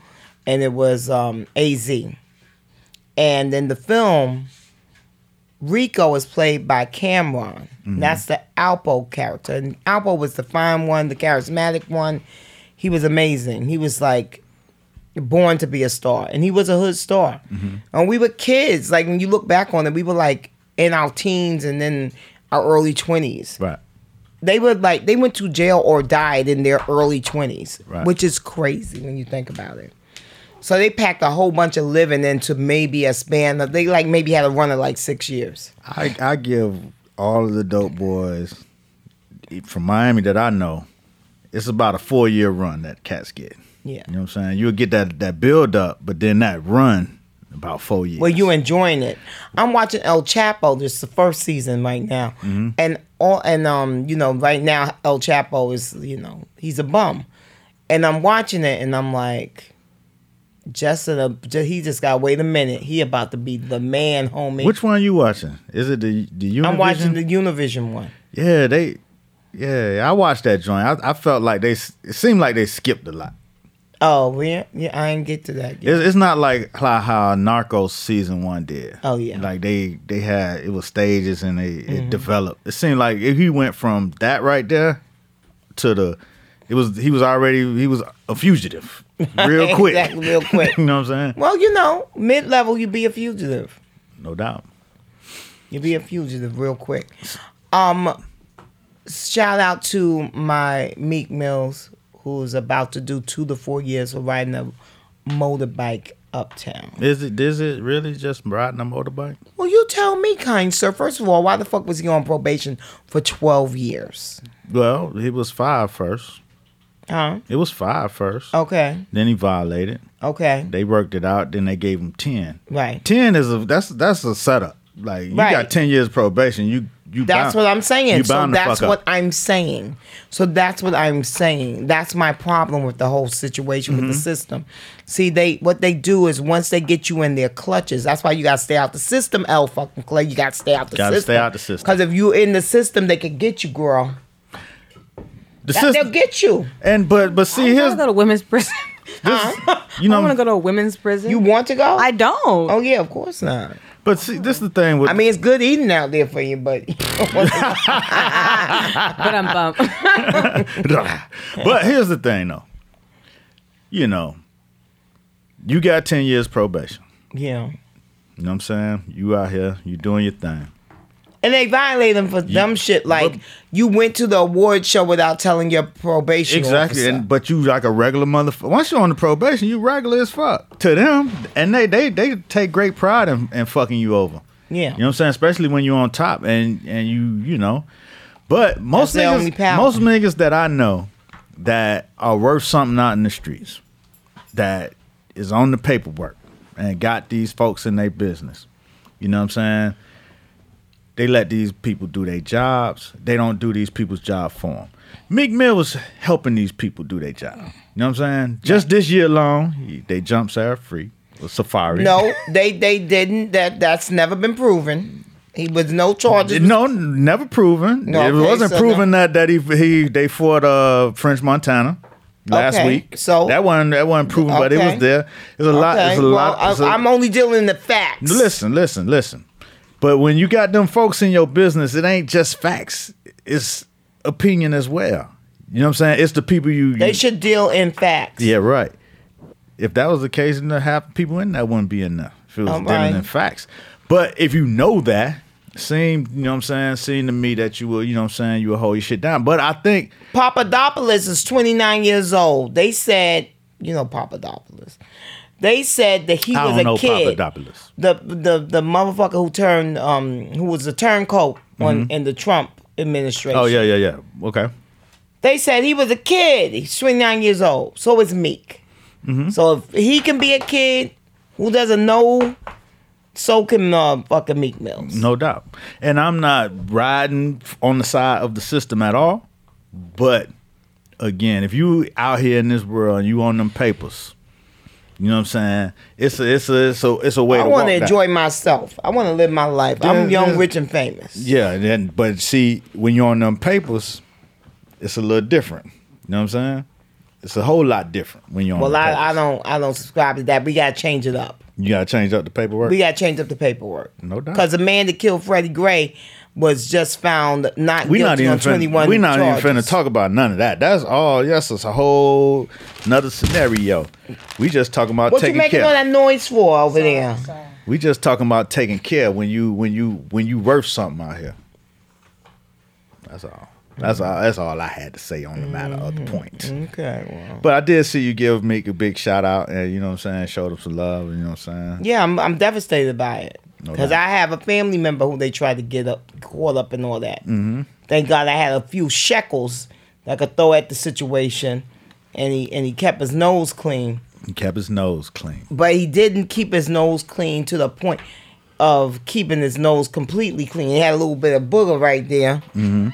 Speaker 4: and it was um, Az. And in the film, Rico is played by Cameron. That's the Alpo character. And Alpo was the fine one, the charismatic one. He was amazing. He was like born to be a star. And he was a hood star. And we were kids. Like when you look back on it, we were like in our teens and then our early 20s.
Speaker 3: Right.
Speaker 4: They were like, they went to jail or died in their early 20s,
Speaker 3: Right.
Speaker 4: which is crazy when you think about it. So they packed a whole bunch of living into maybe a span of, they like maybe had a run of like six years.
Speaker 3: I, I give all of the dope boys from Miami that I know, it's about a four year run that cats get.
Speaker 4: Yeah.
Speaker 3: You know what I'm saying? You'll get that that build up, but then that run about four years.
Speaker 4: Well, you enjoying it. I'm watching El Chapo. This is the first season right now,
Speaker 3: Mm-hmm.
Speaker 4: and all and um, you know, right now El Chapo is you know he's a bum, and I'm watching it and I'm like, just in a, ju- he just got wait a minute, he about to be the man, homie.
Speaker 3: Which one you watching? Is it the the Univision?
Speaker 4: I'm watching the Univision one.
Speaker 3: Yeah, they. Yeah, I watched that joint. I, I felt like they. s- It seemed like they skipped a lot.
Speaker 4: Oh, yeah, yeah, I didn't get to that yet.
Speaker 3: It's, it's not like how, how Narcos season one did.
Speaker 4: Oh, yeah. Mm-hmm.
Speaker 3: like they they had it was stages and they it developed. It seemed like if he went from that right there to the, it was he was already he was a fugitive real quick,
Speaker 4: Exactly, real quick.
Speaker 3: you know what I'm saying?
Speaker 4: Well, you know, mid level, you be a fugitive.
Speaker 3: No doubt.
Speaker 4: You be a fugitive real quick. Um, shout out to my Meek Mills, who's about to do two to four years of riding a motorbike uptown.
Speaker 3: Is it is it really just riding a motorbike?
Speaker 4: Well, you tell me, kind sir. First of all, why the fuck was he on probation for 12 years?
Speaker 3: Well, he was five first.
Speaker 4: Huh? Oh.
Speaker 3: It was five first.
Speaker 4: Okay.
Speaker 3: Then he violated.
Speaker 4: Okay.
Speaker 3: They worked it out. Then they gave him ten.
Speaker 4: Right.
Speaker 3: Ten is a that's that's a setup. Like you
Speaker 4: Right.
Speaker 3: got ten years probation. You you.
Speaker 4: That's
Speaker 3: bound-
Speaker 4: what I'm saying.
Speaker 3: You
Speaker 4: So
Speaker 3: bound to
Speaker 4: that's
Speaker 3: fuck
Speaker 4: what
Speaker 3: up.
Speaker 4: I'm saying. So that's what I'm saying. That's my problem with the whole situation
Speaker 3: Mm-hmm.
Speaker 4: with the system. See, they what they do is once they get you in their clutches, that's why you gotta stay out the system, L fucking Clay. You gotta stay out the
Speaker 3: Gotta
Speaker 4: system.
Speaker 3: stay out the system.
Speaker 4: Because if you in the system, they can get you, girl.
Speaker 3: the
Speaker 4: That- They'll
Speaker 3: system.
Speaker 4: get you.
Speaker 3: and but but see
Speaker 5: I want
Speaker 3: here's
Speaker 5: to go to women's prison.
Speaker 3: you
Speaker 5: I
Speaker 3: know
Speaker 5: want to go to a women's prison.
Speaker 4: You want to go?
Speaker 5: I don't.
Speaker 4: Oh yeah, of course not.
Speaker 3: but see this is the thing with
Speaker 4: I mean, it's good eating out there for you, but
Speaker 5: But I'm bummed.
Speaker 3: but here's the thing though. You know, you got ten years probation.
Speaker 4: yeah.
Speaker 3: You know what I'm saying? You out here, you doing your thing.
Speaker 4: And they violate them for dumb shit like
Speaker 3: but-
Speaker 4: you went to the award show without telling your probation
Speaker 3: Exactly,
Speaker 4: officer.
Speaker 3: and but you like a regular motherfucker. Once you're on the probation, you regular as fuck to them, and they they they take great pride in, in fucking you over.
Speaker 4: Yeah.
Speaker 3: you know what I'm saying. Especially when you're on top, and and you you know, but most
Speaker 4: their only
Speaker 3: niggas,
Speaker 4: power.
Speaker 3: most niggas that I know that are worth something out in the streets, that is on the paperwork and got these folks in their business. You know what I'm saying? They let these people do their jobs. They don't do these people's job for them. Meek Mill was helping these people do their job. You know what I'm saying? Just this year alone, he- they jumped Sarah Free or Safari.
Speaker 4: No, they they didn't. That that's never been proven. He was no charges.
Speaker 3: No, never proven.
Speaker 4: No,
Speaker 3: it
Speaker 4: okay,
Speaker 3: wasn't
Speaker 4: so
Speaker 3: proven that that he he they fought uh French Montana last
Speaker 4: Okay,
Speaker 3: week.
Speaker 4: so-
Speaker 3: that one that wasn't proven, but it
Speaker 4: Okay.
Speaker 3: was there. It's a lot. It's a
Speaker 4: well,
Speaker 3: lot.
Speaker 4: I,
Speaker 3: it's a-
Speaker 4: I'm only dealing in the facts.
Speaker 3: Listen, listen, listen. But when you got them folks in your business, it ain't just facts. It's opinion as well. You know what I'm saying? It's the people you.
Speaker 4: they
Speaker 3: you-
Speaker 4: should deal in facts.
Speaker 3: Yeah, right. If that was the case, then half the people in that wouldn't be enough. If it was
Speaker 4: All
Speaker 3: dealing in
Speaker 4: Um, right.
Speaker 3: facts. But if you know that, seem you know what I'm saying, seem to me that you will, you know what I'm saying, you will hold your shit down. But I think
Speaker 4: Papadopoulos is 29 years old. They said, you know, Papadopoulos. They said that he
Speaker 3: I
Speaker 4: was
Speaker 3: don't
Speaker 4: a
Speaker 3: know
Speaker 4: kid.
Speaker 3: Papadopoulos.
Speaker 4: the the the motherfucker who turned um who was a turncoat on in the Trump administration.
Speaker 3: Mm-hmm. Oh yeah, yeah, yeah. Okay.
Speaker 4: They said he was a kid. He's 29 years old. So is Meek.
Speaker 3: Mm-hmm.
Speaker 4: So if he can be a kid who doesn't know, so can uh, fucking Meek Mills.
Speaker 3: No doubt. And I'm not riding on the side of the system at all. But again, if you out here in this world and you on them papers, you know what I'm saying? It's a it's a it's a, it's a way
Speaker 4: I
Speaker 3: to
Speaker 4: want
Speaker 3: walk
Speaker 4: to
Speaker 3: that.
Speaker 4: enjoy myself. I want to live my life. I'm
Speaker 3: Yeah,
Speaker 4: young,
Speaker 3: yeah.
Speaker 4: rich, and famous.
Speaker 3: Yeah, and then but see, when you're on them papers, it's a little different. You know what I'm saying? It's a whole lot different when you're on.
Speaker 4: Well,
Speaker 3: the
Speaker 4: I, I
Speaker 3: papers.
Speaker 4: don't I don't subscribe to that. We gotta change it up.
Speaker 3: You gotta change up the paperwork.
Speaker 4: We gotta change up the paperwork.
Speaker 3: No doubt.
Speaker 4: Because the man that killed Freddie Gray was just found not
Speaker 3: we
Speaker 4: guilty
Speaker 3: not even
Speaker 4: on 21
Speaker 3: finna, we not
Speaker 4: charges.
Speaker 3: even finna talk about none of that. That's all. Yes, it's a whole another scenario. We just talking about
Speaker 4: What you
Speaker 3: taking
Speaker 4: making all
Speaker 3: care.
Speaker 4: that noise for over there?
Speaker 3: we just talking about taking care when you when you when you worth something out here. That's all. That's all. That's all I had to say on the matter of the point.
Speaker 4: Okay, well.
Speaker 3: But I did see you give Meek a big shout out, and you know what I'm saying, showed him some love, you know what I'm saying.
Speaker 4: Yeah, I'm, I'm devastated by it
Speaker 3: No
Speaker 4: because
Speaker 3: doubt.
Speaker 4: I have a family member who they tried to get up, caught up in all that. Mm-hmm. Thank God I had a few shekels that I could throw at the situation, and he and he kept his nose clean,
Speaker 3: He kept his nose clean.
Speaker 4: but he didn't keep his nose clean to the point of keeping his nose completely clean. He had a little bit of booger right there, mm-hmm.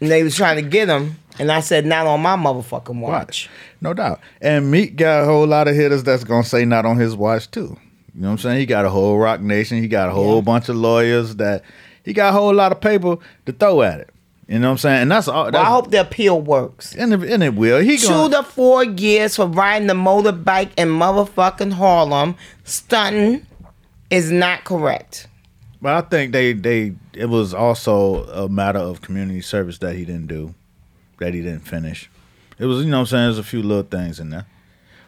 Speaker 4: and they was trying to get him, and I said, "Not on my motherfucking watch."
Speaker 3: Watch, no doubt. And Meek got a whole lot of hitters that's gonna say not on his watch too. You know what I'm saying? He got a whole Rock Nation. He got a whole
Speaker 4: Yeah.
Speaker 3: bunch of lawyers that he got a whole lot of paper to throw at it. You know what I'm saying? And that's all.
Speaker 4: Well,
Speaker 3: that's-
Speaker 4: I hope the appeal works.
Speaker 3: and it, and it will. He
Speaker 4: two
Speaker 3: going
Speaker 4: to four years for riding the motorbike in motherfucking Harlem. Stunting is not correct.
Speaker 3: But I think they they it was also a matter of community service that he didn't do, that he didn't finish. It was you know what I'm saying there's a few little things in there,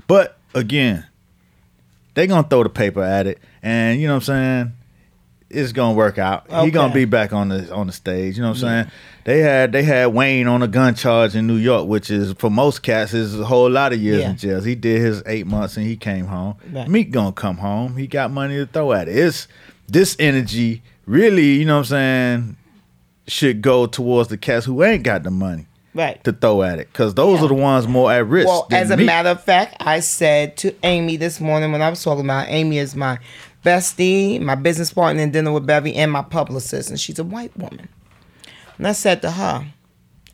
Speaker 3: but again, they gonna throw the paper at it, and you know what I'm saying. it's gonna work out. He gonna
Speaker 4: Okay.
Speaker 3: be back on the on the stage. You know what I'm saying? They had they had Wayne on a gun charge in New York, which is for most cats is a whole lot of years
Speaker 4: Yeah.
Speaker 3: in jail. He did his eight months and he came home.
Speaker 4: Right.
Speaker 3: Meek gonna come home. He got money to throw at it. It's this energy really. You know what I'm saying? Should go towards the cats who ain't got the money
Speaker 4: Right.
Speaker 3: to throw at it because those are the ones more at risk.
Speaker 4: Well,
Speaker 3: than
Speaker 4: as a
Speaker 3: Meek.
Speaker 4: matter of fact, I said to Amy this morning when I was talking about Amy is my bestie, my business partner in dinner with Bevy, and my publicist, and she's a white woman. And I said to her,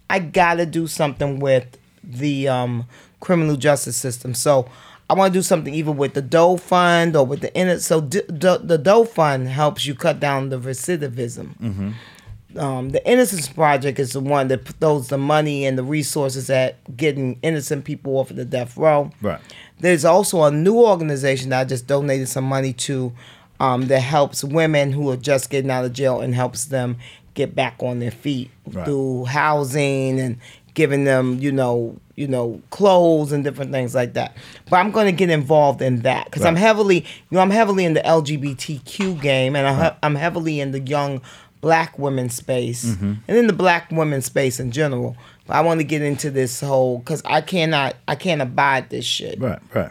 Speaker 4: I gotta do something with the um, criminal justice system. So I want to do something either with the Doe Fund or with the inner. So d- d- the Doe Fund helps you cut down the recidivism
Speaker 3: Mm-hmm.
Speaker 4: um, the Innocence Project is the one that throws the money and the resources at getting innocent people off of the death row.
Speaker 3: Right.
Speaker 4: There's also a new organization that I just donated some money to um, that helps women who are just getting out of jail and helps them get back on their feet
Speaker 3: Right.
Speaker 4: through housing and giving them, you know, you know, clothes and different things like that. But I'm going to get involved in that because I'm
Speaker 3: Right.
Speaker 4: heavily, you know, I'm heavily in the LGBTQ game, and I'm, he- I'm heavily in the young black women space, and in the black women space in general. But I want to get into this whole because I cannot, I can't abide this shit.
Speaker 3: right, right.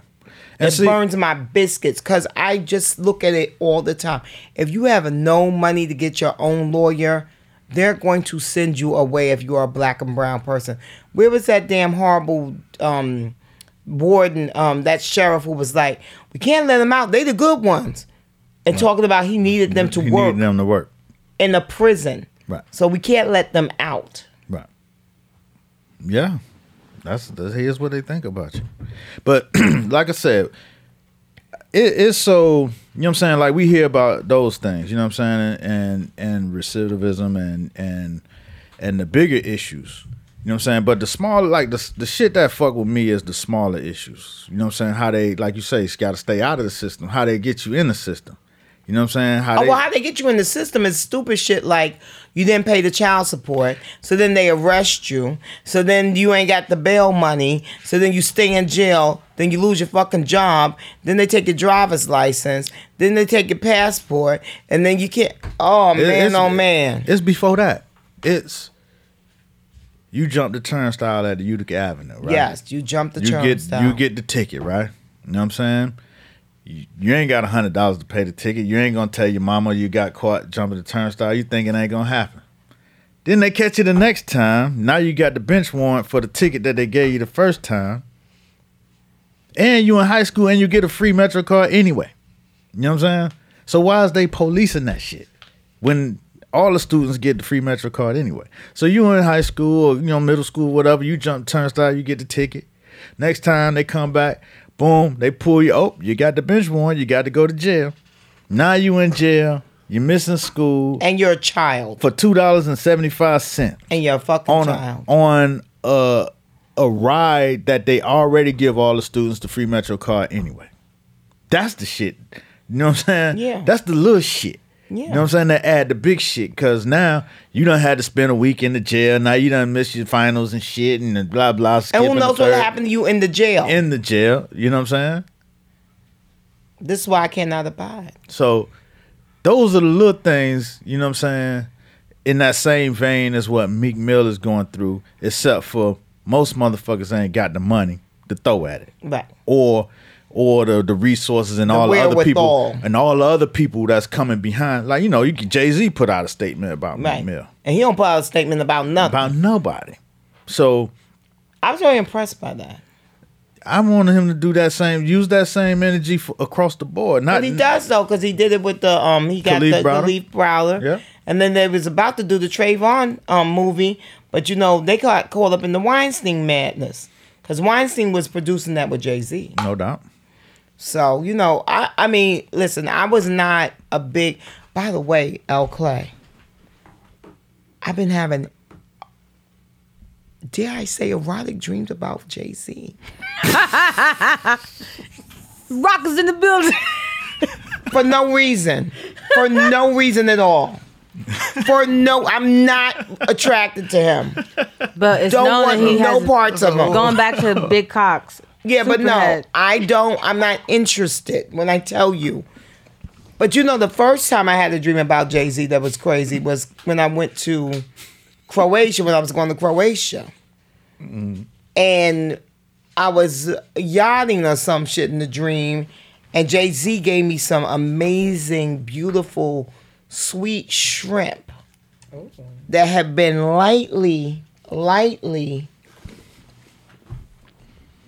Speaker 3: And
Speaker 4: It
Speaker 3: see-
Speaker 4: burns my biscuits because I just look at it all the time. If you have no money to get your own lawyer, they're going to send you away if you are a black and brown person. Where was that damn horrible um, warden, um, that sheriff who was like, we can't let them out. They the good ones. And talking about he needed them to
Speaker 3: he
Speaker 4: work
Speaker 3: needed them to work.
Speaker 4: in a prison.
Speaker 3: Right.
Speaker 4: So we can't let them out.
Speaker 3: Right. Yeah. That's, that's here's what they think about you. But like I said, it, it's so you know what I'm saying, like we hear about those things, you know what I'm saying, and and recidivism and and and the bigger issues. You know what I'm saying? But the smaller like the the shit that fuck with me is the smaller issues. You know what I'm saying? How they like you say, it's gotta stay out of the system, how they get you in the system. You know what I'm saying? How
Speaker 4: Oh,
Speaker 3: they
Speaker 4: well, how they get you in the system is stupid shit like you didn't pay the child support, so then they arrest you, so then you ain't got the bail money, so then you stay in jail, then you lose your fucking job, then they take your driver's license, then they take your passport, and then you can't. Oh,
Speaker 3: It-
Speaker 4: man,
Speaker 3: it's-
Speaker 4: oh, man.
Speaker 3: It's before that. It's you jump the turnstile at the Utica Avenue, right?
Speaker 4: Yes, you jump the
Speaker 3: you get
Speaker 4: turnstile.
Speaker 3: you get the ticket, right? You know what I'm saying? You, you ain't got a hundred dollars to pay the ticket. You ain't gonna tell your mama you got caught jumping the turnstile. You think it ain't gonna happen. Then they catch you the next time. Now you got the bench warrant for the ticket that they gave you the first time. And you in high school and you get a free Metro card anyway. You know what I'm saying? So why is they policing that shit when all the students get the free Metro card anyway? So you in high school or you know middle school, whatever, you jump turnstile, you get the ticket. Next time they come back, boom, they pull you. Oh, you got the bench warrant, you got to go to jail. Now you in jail, you're missing school
Speaker 4: and you're a child.
Speaker 3: for two dollars and seventy five cent
Speaker 4: And you're a fucking
Speaker 3: on a,
Speaker 4: child.
Speaker 3: on a a ride that they already give all the students the free metro card anyway. That's the shit. You know what I'm saying?
Speaker 4: Yeah.
Speaker 3: That's the little shit. You
Speaker 4: Yeah.
Speaker 3: know what I'm saying? They add the big shit because now you done had to spend a week in the jail. Now you done miss your finals and shit and the blah blah.
Speaker 4: and
Speaker 3: skipping
Speaker 4: who
Speaker 3: the
Speaker 4: knows what
Speaker 3: third
Speaker 4: happened to you in the jail?
Speaker 3: in the jail? You know what I'm saying?
Speaker 4: this is why I cannot abide.
Speaker 3: So those are the little things, you know what I'm saying? In that same vein as what Meek Mill is going through, except for most motherfuckers ain't got the money to throw at it.
Speaker 4: Right.
Speaker 3: Or or the, the resources and all the other people
Speaker 4: wherewithal.
Speaker 3: and all the other people that's coming behind. Like, you know, you Jay Z put out a statement about
Speaker 4: Right.
Speaker 3: Meek Mill.
Speaker 4: And he don't put out a statement about nothing.
Speaker 3: About nobody. So
Speaker 4: I was very impressed by that.
Speaker 3: I wanted him to do that same, use that same energy for, across the board. Not
Speaker 4: But he does though, because he did it with the um he got
Speaker 3: Khalid
Speaker 4: the
Speaker 3: Browder?
Speaker 4: Khalif Browder.
Speaker 3: Yeah.
Speaker 4: And then they was about to do the Trayvon um movie, but you know they got caught up in the Weinstein madness because Weinstein was producing that with Jay Z.
Speaker 3: no doubt.
Speaker 4: So you know, I I mean, listen, I was not a big. By the way, L Clay, I've been having. Dare I say erotic dreams about Jay Z?
Speaker 5: Rock is in the building.
Speaker 4: for no reason. For no reason at all. For no, I'm not attracted to him.
Speaker 5: But it's
Speaker 4: Don't
Speaker 5: known that
Speaker 4: want
Speaker 5: he
Speaker 4: no
Speaker 5: has
Speaker 4: parts of him.
Speaker 5: going back to Big Cox.
Speaker 4: yeah, but no,
Speaker 5: Superhead.
Speaker 4: I don't. I'm not interested. When I tell you, But you know, the first time I had a dream about Jay Z that was crazy was when I went to Croatia, when I was going to Croatia. And I was yachting or some shit in the dream, and Jay Z gave me some amazing, beautiful, sweet shrimp that had been lightly, lightly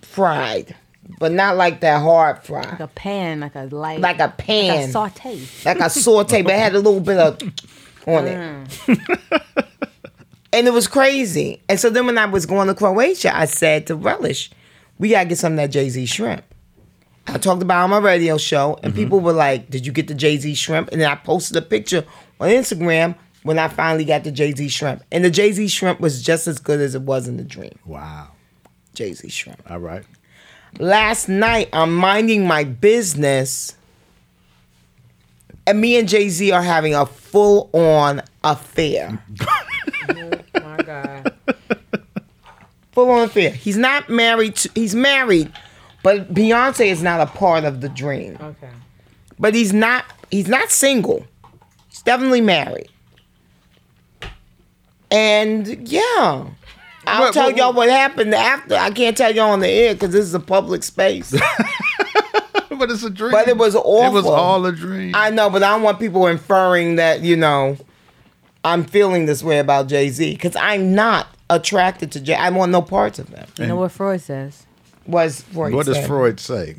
Speaker 4: fried, but not like that hard fried
Speaker 5: Like a pan, like a light,
Speaker 4: Like a
Speaker 5: like
Speaker 4: pan.
Speaker 5: a saute.
Speaker 4: like a saute, but it had a little bit of on it. and it was crazy. And so then when I was going to Croatia, I said to Relish, we gotta get some of that Jay Z shrimp. I talked about it on my radio show, and people were like, Did you get the Jay Z shrimp? And then I posted a picture on Instagram when I finally got the Jay Z shrimp. And the Jay Z shrimp was just as good as it was in the dream.
Speaker 3: Wow.
Speaker 4: Jay Z shrimp
Speaker 3: All right.
Speaker 4: last night I'm minding my business, and me and Jay Z are having a full on affair.
Speaker 6: Oh, My God.
Speaker 4: Full on affair. He's not married. To, he's married, but Beyonce is not a part of the dream.
Speaker 6: Okay.
Speaker 4: But he's not. He's not single. He's definitely married. And yeah. I'll
Speaker 3: What-
Speaker 4: tell
Speaker 3: what-
Speaker 4: y'all what happened after. I can't tell y'all on the air because this is a public space.
Speaker 3: But it's a dream.
Speaker 4: But it was
Speaker 3: It was
Speaker 4: awful.
Speaker 3: all a dream.
Speaker 4: I know, but I don't want people inferring that, you know, I'm feeling this way about Jay Z because I'm not attracted to Jay. I want no parts of him.
Speaker 5: You know what Freud says?
Speaker 4: Was Freud
Speaker 3: what does
Speaker 4: saying.
Speaker 3: Freud say?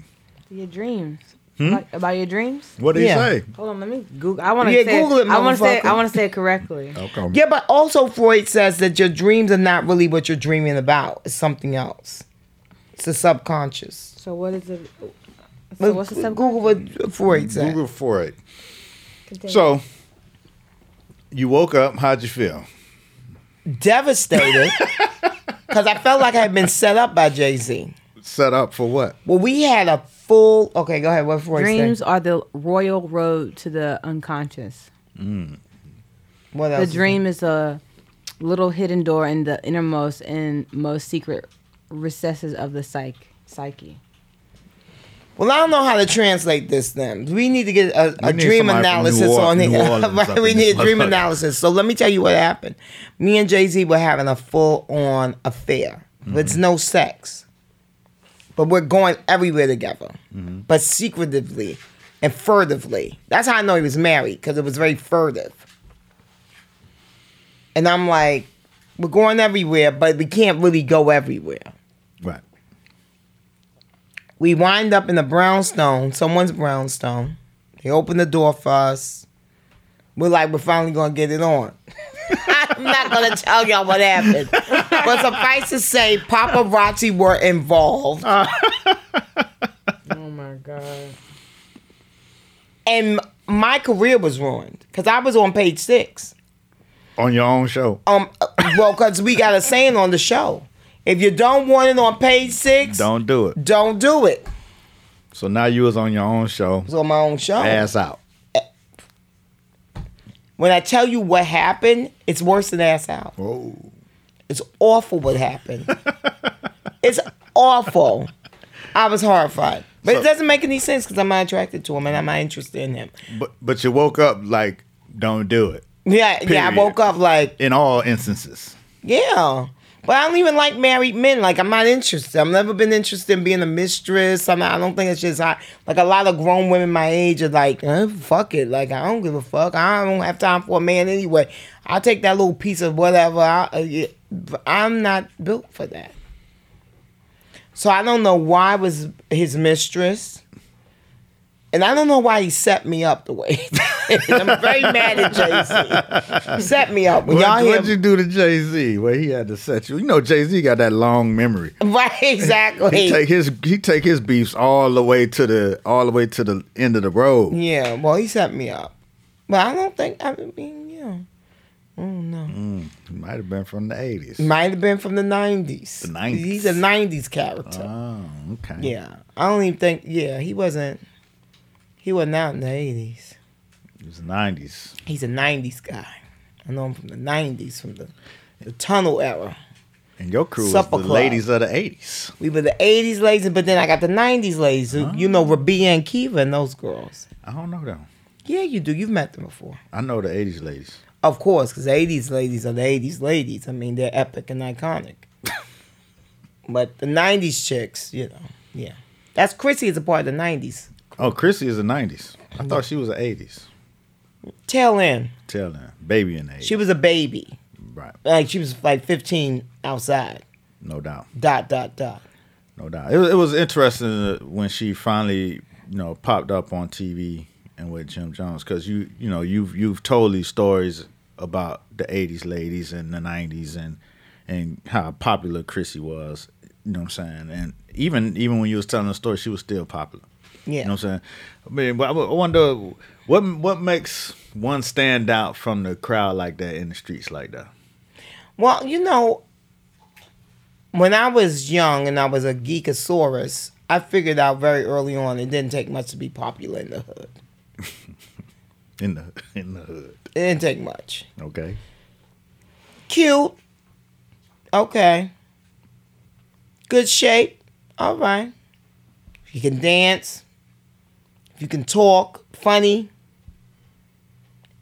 Speaker 5: Your dreams.
Speaker 4: Hmm?
Speaker 5: About, about your dreams?
Speaker 3: What did
Speaker 4: Yeah.
Speaker 3: he say?
Speaker 6: Hold on. Let me Google. I want to
Speaker 4: Yeah,
Speaker 6: say.
Speaker 4: Google it,
Speaker 6: I want to say.
Speaker 4: motherfucker.
Speaker 6: I want to say it correctly.
Speaker 3: Okay.
Speaker 4: Yeah, but also Freud says that your dreams are not really what you're dreaming about. It's something else. It's the subconscious.
Speaker 6: So what is it? So
Speaker 4: But
Speaker 6: what's the
Speaker 4: G-
Speaker 6: sub?
Speaker 4: Google what Freud said.
Speaker 3: Google Freud.
Speaker 6: Continue.
Speaker 3: So you woke up. How'd you feel?
Speaker 4: Devastated. Because I felt like I had been set up by Jay Z.
Speaker 3: Set up for what?
Speaker 4: Well, we had a full. Okay, go ahead. What Freud
Speaker 5: Dreams
Speaker 4: said.
Speaker 5: are the royal road to the unconscious.
Speaker 4: What
Speaker 5: The
Speaker 4: else?
Speaker 5: dream is a little hidden door in the innermost and most secret recesses of the psyche. Psyche.
Speaker 4: Well, I don't know how to translate this then. We need to get a,
Speaker 3: We
Speaker 4: a
Speaker 3: need
Speaker 4: dream
Speaker 3: somebody from
Speaker 4: analysis
Speaker 3: New Or-
Speaker 4: on
Speaker 3: New
Speaker 4: here.
Speaker 3: Orleans
Speaker 4: Right,
Speaker 3: up
Speaker 4: we
Speaker 3: in this
Speaker 4: need a dream
Speaker 3: motherfucker.
Speaker 4: analysis. So let me tell you what happened. Me and Jay Z were having a full on affair. It's
Speaker 3: Mm-hmm.
Speaker 4: no sex. But we're going everywhere together.
Speaker 3: Mm-hmm.
Speaker 4: But secretively and furtively. That's how I know he was married, because it was very furtive. And I'm like, we're going everywhere, but we can't really go everywhere
Speaker 3: Right.
Speaker 4: we wind up in the brownstone, someone's brownstone. They open the door for us. We're like, we're finally gonna get it on. I'm not gonna tell y'all what happened. But suffice to say, paparazzi were involved.
Speaker 3: Uh.
Speaker 6: Oh my God.
Speaker 4: And my career was ruined. Cause I was on page six.
Speaker 3: On your own show.
Speaker 4: Um uh, well, cause we got a saying on the show. If you don't want it on page six,
Speaker 3: Don't do it.
Speaker 4: don't do it.
Speaker 3: So now you was on your own show.
Speaker 4: It's on my own show.
Speaker 3: Ass out.
Speaker 4: When I tell you what happened, it's worse than ass out.
Speaker 3: Oh.
Speaker 4: It's awful what happened. it's awful. I was horrified. But
Speaker 3: So-
Speaker 4: it doesn't make any sense because I'm not attracted to him and I'm not interested in him.
Speaker 3: But but you woke up like don't do it.
Speaker 4: Yeah, yeah. I
Speaker 3: Period.
Speaker 4: woke up like,
Speaker 3: In all instances.
Speaker 4: yeah. But I don't even like married men. Like I'm not interested. I've never been interested in being a mistress. I'm not, I don't think it's just hot. Like a lot of grown women my age are like, eh, fuck it. Like I don't give a fuck. I don't have time for a man anyway. I'll take that little piece of whatever. I, uh, yeah. But I'm not built for that. So I don't know why I was his mistress. And I don't know why he set me up the way. he did. I'm very mad at Jay Z. Set me up. When
Speaker 3: What,
Speaker 4: y'all hear
Speaker 3: what'd you do to Jay Z? Where he had to set you. You know Jay Z got that long memory.
Speaker 4: Right,
Speaker 3: He
Speaker 4: exactly.
Speaker 3: take his he take his beefs all the way to the all the way to the end of the road.
Speaker 4: Yeah, well, he set me up. But I don't think, I mean, yeah.
Speaker 3: Might have been from the eighties.
Speaker 4: Might have been from the 90s.
Speaker 3: The 90s.
Speaker 4: He's a 90s character.
Speaker 3: Oh, okay.
Speaker 4: yeah. I don't even think, yeah, he wasn't, he wasn't out in the 80s.
Speaker 3: It was nineties.
Speaker 4: He's a 90s guy. I know him from the 90s, from the, the tunnel era.
Speaker 3: And your crew
Speaker 4: Supper
Speaker 3: was the
Speaker 4: Club.
Speaker 3: ladies of the eighties.
Speaker 4: We were the 80s
Speaker 3: Uh-huh.
Speaker 4: ladies, but then I got the 90s ladies. who You know, Rabia and Kiva and those girls.
Speaker 3: I don't know though.
Speaker 4: Yeah, you do. You've met them before.
Speaker 3: I know the '80s ladies.
Speaker 4: Of course, because the 80s ladies are the 80s ladies. I mean, they're epic and iconic. but the 90s chicks, you know, yeah. That's Chrissy is a part of the 90s.
Speaker 3: Oh, Chrissy is the '90s. I thought she was the '80s.
Speaker 4: Tail end.
Speaker 3: Tell her, baby in the '80s.
Speaker 4: She was a baby.
Speaker 3: right,
Speaker 4: Like, she was like 15 outside.
Speaker 3: no doubt.
Speaker 4: Dot, dot, dot.
Speaker 3: No doubt. It was, it was interesting uh, when she finally, you know, popped up on TV and with Jim Jones because you, you know, you've you've told these stories about the '80s ladies and the '90s and and how popular Chrissy was. You know what I'm saying? And even even when you was telling the story, she was still popular.
Speaker 4: Yeah.
Speaker 3: You know what I'm saying? I mean, but I wo- I wonder what what makes one stand out from the crowd like that in the streets like that.
Speaker 4: Well, you know, when I was young and I was a geekosaurus, I figured out very early on it didn't take much to be popular in the hood.
Speaker 3: In the in the hood.
Speaker 4: It didn't take much.
Speaker 3: Okay.
Speaker 4: Cute. Okay. Good shape. All right. If you can dance, if you can talk, funny,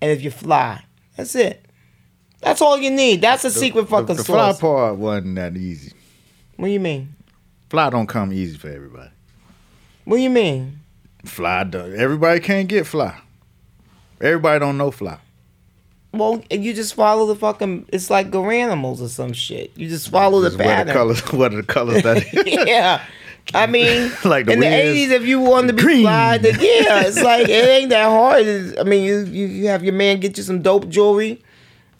Speaker 4: and if you fly. That's it. That's all you need. That's a secret
Speaker 3: The,
Speaker 4: fucking
Speaker 3: the fly
Speaker 4: sauce.
Speaker 3: part wasn't that easy.
Speaker 4: What do you mean?
Speaker 3: Fly don't come easy for everybody.
Speaker 4: What do you mean?
Speaker 3: Fly do Everybody can't get fly. Everybody don't know fly.
Speaker 4: Well, you just follow the fucking. It's like garanimals or some shit. You just follow the
Speaker 3: Just what
Speaker 4: pattern.
Speaker 3: the colors? What are the colors that?
Speaker 4: yeah. I mean,
Speaker 3: Like the
Speaker 4: in the
Speaker 3: wind.
Speaker 4: eighties, if you wanted to be
Speaker 3: Green.
Speaker 4: fly, then yeah, it's like it ain't that hard. It's- I mean, you, you you have your man get you some dope jewelry,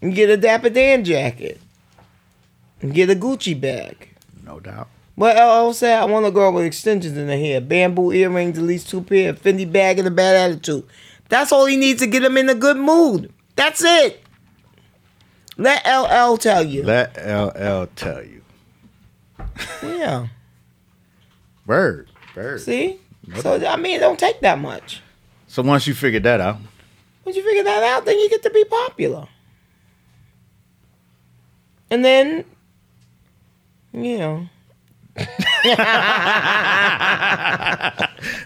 Speaker 4: and get a Dapper Dan jacket, and get a Gucci bag.
Speaker 3: no doubt.
Speaker 4: What else? I want a girl with extensions in her hair, bamboo earrings, at least two pair, Fendi bag, and a bad attitude. That's all he needs to get him in a good mood. That's it. Let LL tell you.
Speaker 3: Let LL tell you.
Speaker 4: yeah.
Speaker 3: Bird. Bird.
Speaker 4: See? So I mean, it don't take that much.
Speaker 3: So once you figured that out,
Speaker 4: Once you figure that out, then you get to be popular. And then, you know,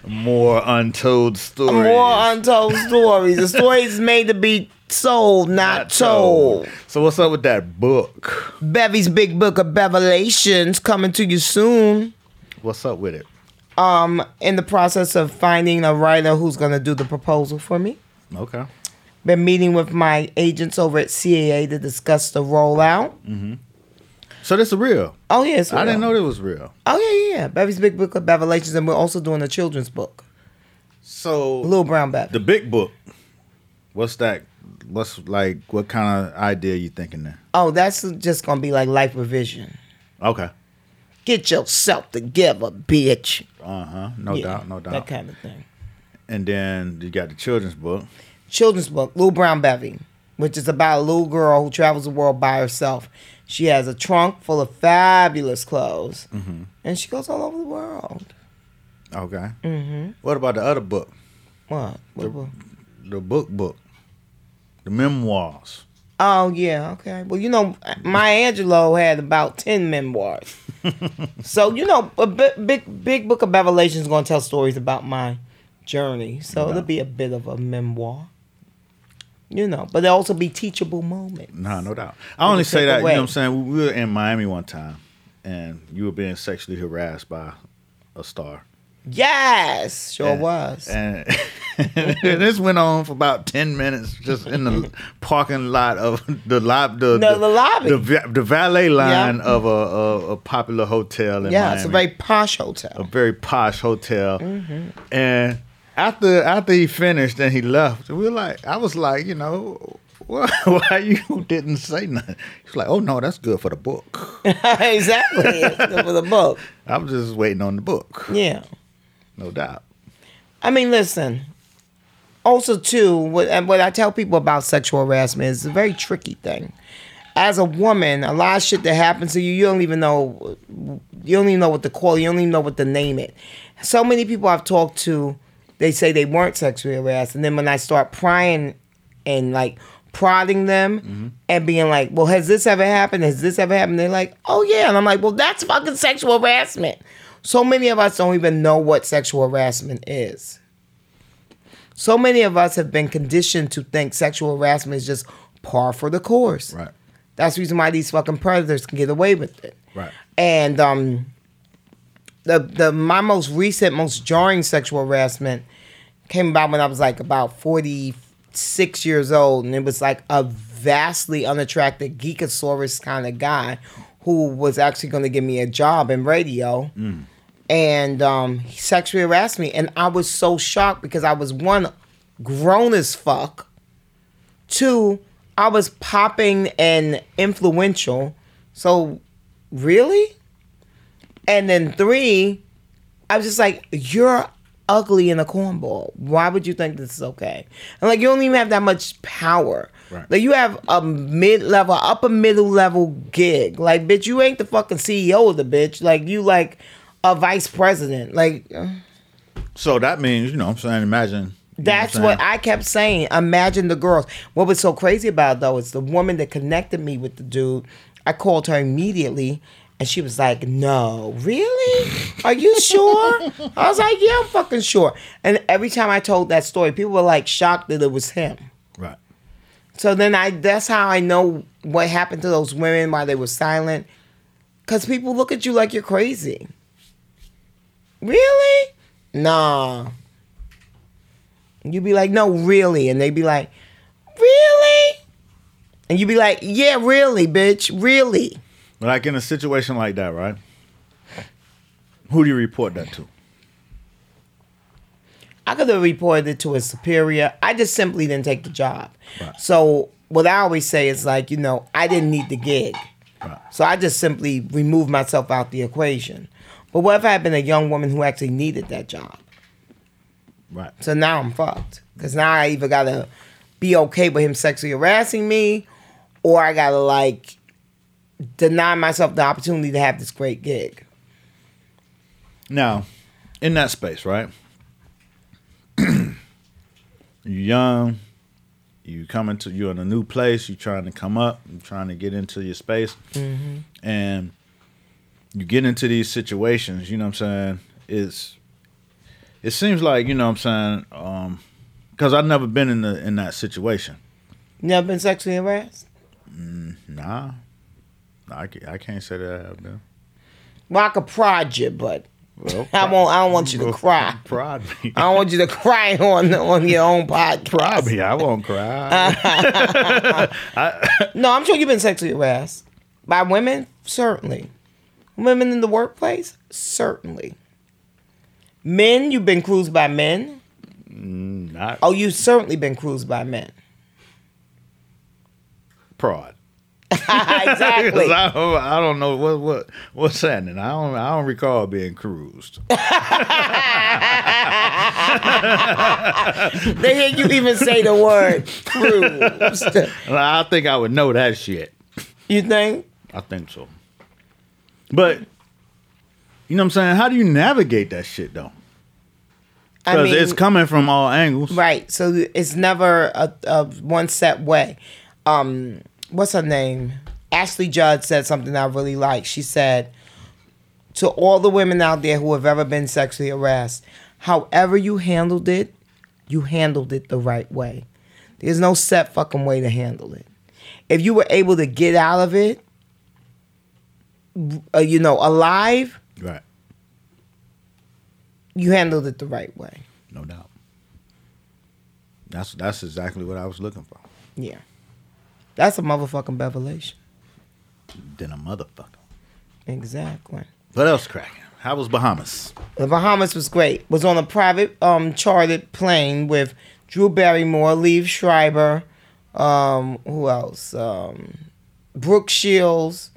Speaker 3: more untold stories.
Speaker 4: more untold stories. The story is made to be sold, not,
Speaker 3: Not
Speaker 4: told.
Speaker 3: So what's up with that book?
Speaker 4: Bevy's Big Book of Revelations coming to you soon.
Speaker 3: What's up with it?
Speaker 4: Um, in the process of finding a writer who's gonna do the proposal for me.
Speaker 3: Okay.
Speaker 4: Been meeting with my agents over at CAA to discuss the rollout.
Speaker 3: So this is real.
Speaker 4: Oh yeah, it's
Speaker 3: I didn't
Speaker 4: real.
Speaker 3: know it was real.
Speaker 4: Oh yeah, yeah, yeah. Bevy's Big Book of Revelations, and we're also doing a children's book,
Speaker 3: So
Speaker 4: Little Brown Bevy.
Speaker 3: the big book. What's that? What's like? What kind of idea you thinking there?
Speaker 4: oh, that's just gonna be like life revision.
Speaker 3: Okay.
Speaker 4: Get yourself together, bitch.
Speaker 3: Uh huh. No
Speaker 4: Yeah,
Speaker 3: doubt. No doubt.
Speaker 4: That kind of thing.
Speaker 3: And then you got the children's book.
Speaker 4: children's book, Lou Brown Bevy, which is about a little girl who travels the world by herself. She has a trunk full of fabulous clothes,
Speaker 3: Mm-hmm.
Speaker 4: and she goes all over the world.
Speaker 3: Okay. Mm-hmm. What about the other book?
Speaker 4: What? What book?
Speaker 3: The book book. The memoirs.
Speaker 4: Oh yeah, okay. Well, you know, Maya Angelou had about ten memoirs, so you know, a big, big, big book of Revelations is going to tell stories about my journey. So it'll be a bit of a memoir, you know, but there'll also be teachable moments.
Speaker 3: No, no doubt. I only say
Speaker 4: take
Speaker 3: that, you
Speaker 4: away.
Speaker 3: know what I'm saying? We were in Miami one time and you were being sexually harassed by a star.
Speaker 4: Yes, sure
Speaker 3: And-
Speaker 4: was.
Speaker 3: And, and this went on for about 10 minutes just in the parking lot of the lobby. The,
Speaker 4: No, the lobby.
Speaker 3: The, va- the valet line
Speaker 4: Yeah.
Speaker 3: of a, a, a popular hotel in
Speaker 4: yeah,
Speaker 3: Miami.
Speaker 4: it's a very posh
Speaker 3: a
Speaker 4: hotel.
Speaker 3: very posh hotel.
Speaker 4: Mm-hmm.
Speaker 3: And after after he finished and he left, we were like, I was like, you know, why, why you didn't say nothing? He's like, oh no, that's good for the book.
Speaker 4: exactly. It's good for the book.
Speaker 3: I was just waiting on the book,
Speaker 4: Yeah.
Speaker 3: no doubt.
Speaker 4: I mean, listen. Also, too, what, and what I tell people about sexual harassment is a very tricky thing. As a woman, a lot of shit that happens to you, you don't even know. You don't even know what to call. it. You don't even know what to name it. So many people I've talked to, they say they weren't sexually harassed, and then when I start prying and like prodding them and being like, "Well, has this ever happened? Has this ever happened?" They're like, "Oh yeah," and I'm like, "Well, that's fucking sexual harassment." So many of us don't even know what sexual harassment is. So many of us have been conditioned to think sexual harassment is just par for the course.
Speaker 3: Right.
Speaker 4: That's the reason why these fucking predators can get away with it.
Speaker 3: Right.
Speaker 4: And um, the the my most recent, most jarring sexual harassment came about when I was like about forty six years old, and it was like a vastly unattractive geekosaurus kind of guy who was actually going to give me a job in radio. And um, he sexually harassed me, and I was so shocked because I was one grown as fuck. Two, I was popping and influential. So, really? And then three, I was just like, you're ugly in a cornball. Why would you think this is okay? And like, you don't even have that much power.
Speaker 3: Right.
Speaker 4: Like, you have a mid level, upper middle level gig. Like, bitch, you ain't the fucking CEO of the bitch. Like, you like a vice president. Like,
Speaker 3: So that means, you know, what I'm saying, imagine. you know
Speaker 4: that's
Speaker 3: I'm
Speaker 4: what
Speaker 3: saying?
Speaker 4: I kept saying. Imagine the girls. What was so crazy about it, though is the woman that connected me with the dude. I called her immediately, and she was like, "No, really? Are you sure?" I was like, "Yeah, I'm fucking sure." And every time I told that story, people were like shocked that it was him.
Speaker 3: Right.
Speaker 4: So then I that's how I know what happened to those women while they were silent. Cause people look at you like you're crazy. Really? Nah. You be like, no, really. And they be like, really? And you be like, yeah, really, bitch, really.
Speaker 3: But like in a situation like that, right? Who do you report that to?
Speaker 4: I could have reported it to a superior. I just simply didn't take the job. So what I always say is like, you know, I didn't need the gig. So I just simply removed myself out the equation. But what if I had been a young woman who actually needed that job?
Speaker 3: Right.
Speaker 4: So now I'm fucked. Cause now I either gotta be okay with him sexually harassing me, or I gotta like deny myself the opportunity to have this great gig.
Speaker 3: Now, in that space, right? you young, you coming to you're in a new place, you trying to come up, you trying to get into your space. And you get into these situations, you know what I'm saying? It's it seems like, you know what I'm saying, um, cuz I've never been in the in that situation.
Speaker 4: You never been sexually harassed?
Speaker 3: Nah. I, ca- I can't say that I have been.
Speaker 4: Well, I could prod you, but
Speaker 3: Well,
Speaker 4: I won't. I don't want you to cry.
Speaker 3: Prod me.
Speaker 4: I don't want you to cry on on your own podcast.
Speaker 3: Prod me. I won't cry.
Speaker 4: No, I'm sure you've been sexually harassed by women, certainly. Women in the workplace, certainly. Men, you've been cruised by men.
Speaker 3: Mm, Not
Speaker 4: Oh, you've certainly been cruised by men.
Speaker 3: prod.
Speaker 4: exactly.
Speaker 3: 'Cause I, don't- I don't know what what what's happening. I don't I don't recall being cruised.
Speaker 4: They hear you even say the word cruised.
Speaker 3: And I think I would know that shit.
Speaker 4: You think?
Speaker 3: I think so. But you know what I'm saying? How do you navigate that shit though?
Speaker 4: I
Speaker 3: Because
Speaker 4: mean,
Speaker 3: it's coming from all angles.
Speaker 4: right. So it's never a, a one set way. Um, what's her name? Ashley Judd said something I really like. She said, to all the women out there who have ever been sexually harassed, however you handled it, you handled it the right way. There's no set fucking way to handle it. If you were able to get out of it, uh, you know, alive,
Speaker 3: Right.
Speaker 4: you handled it the right way.
Speaker 3: No doubt. That's that's exactly what I was looking for.
Speaker 4: Yeah. That's a motherfucking revelation.
Speaker 3: Then a motherfucker.
Speaker 4: Exactly.
Speaker 3: What else cracking? How was Bahamas?
Speaker 4: The Bahamas was great. Was on a private um chartered plane with Drew Barrymore, Liev Schreiber, um, who else? Um Brooke Shields.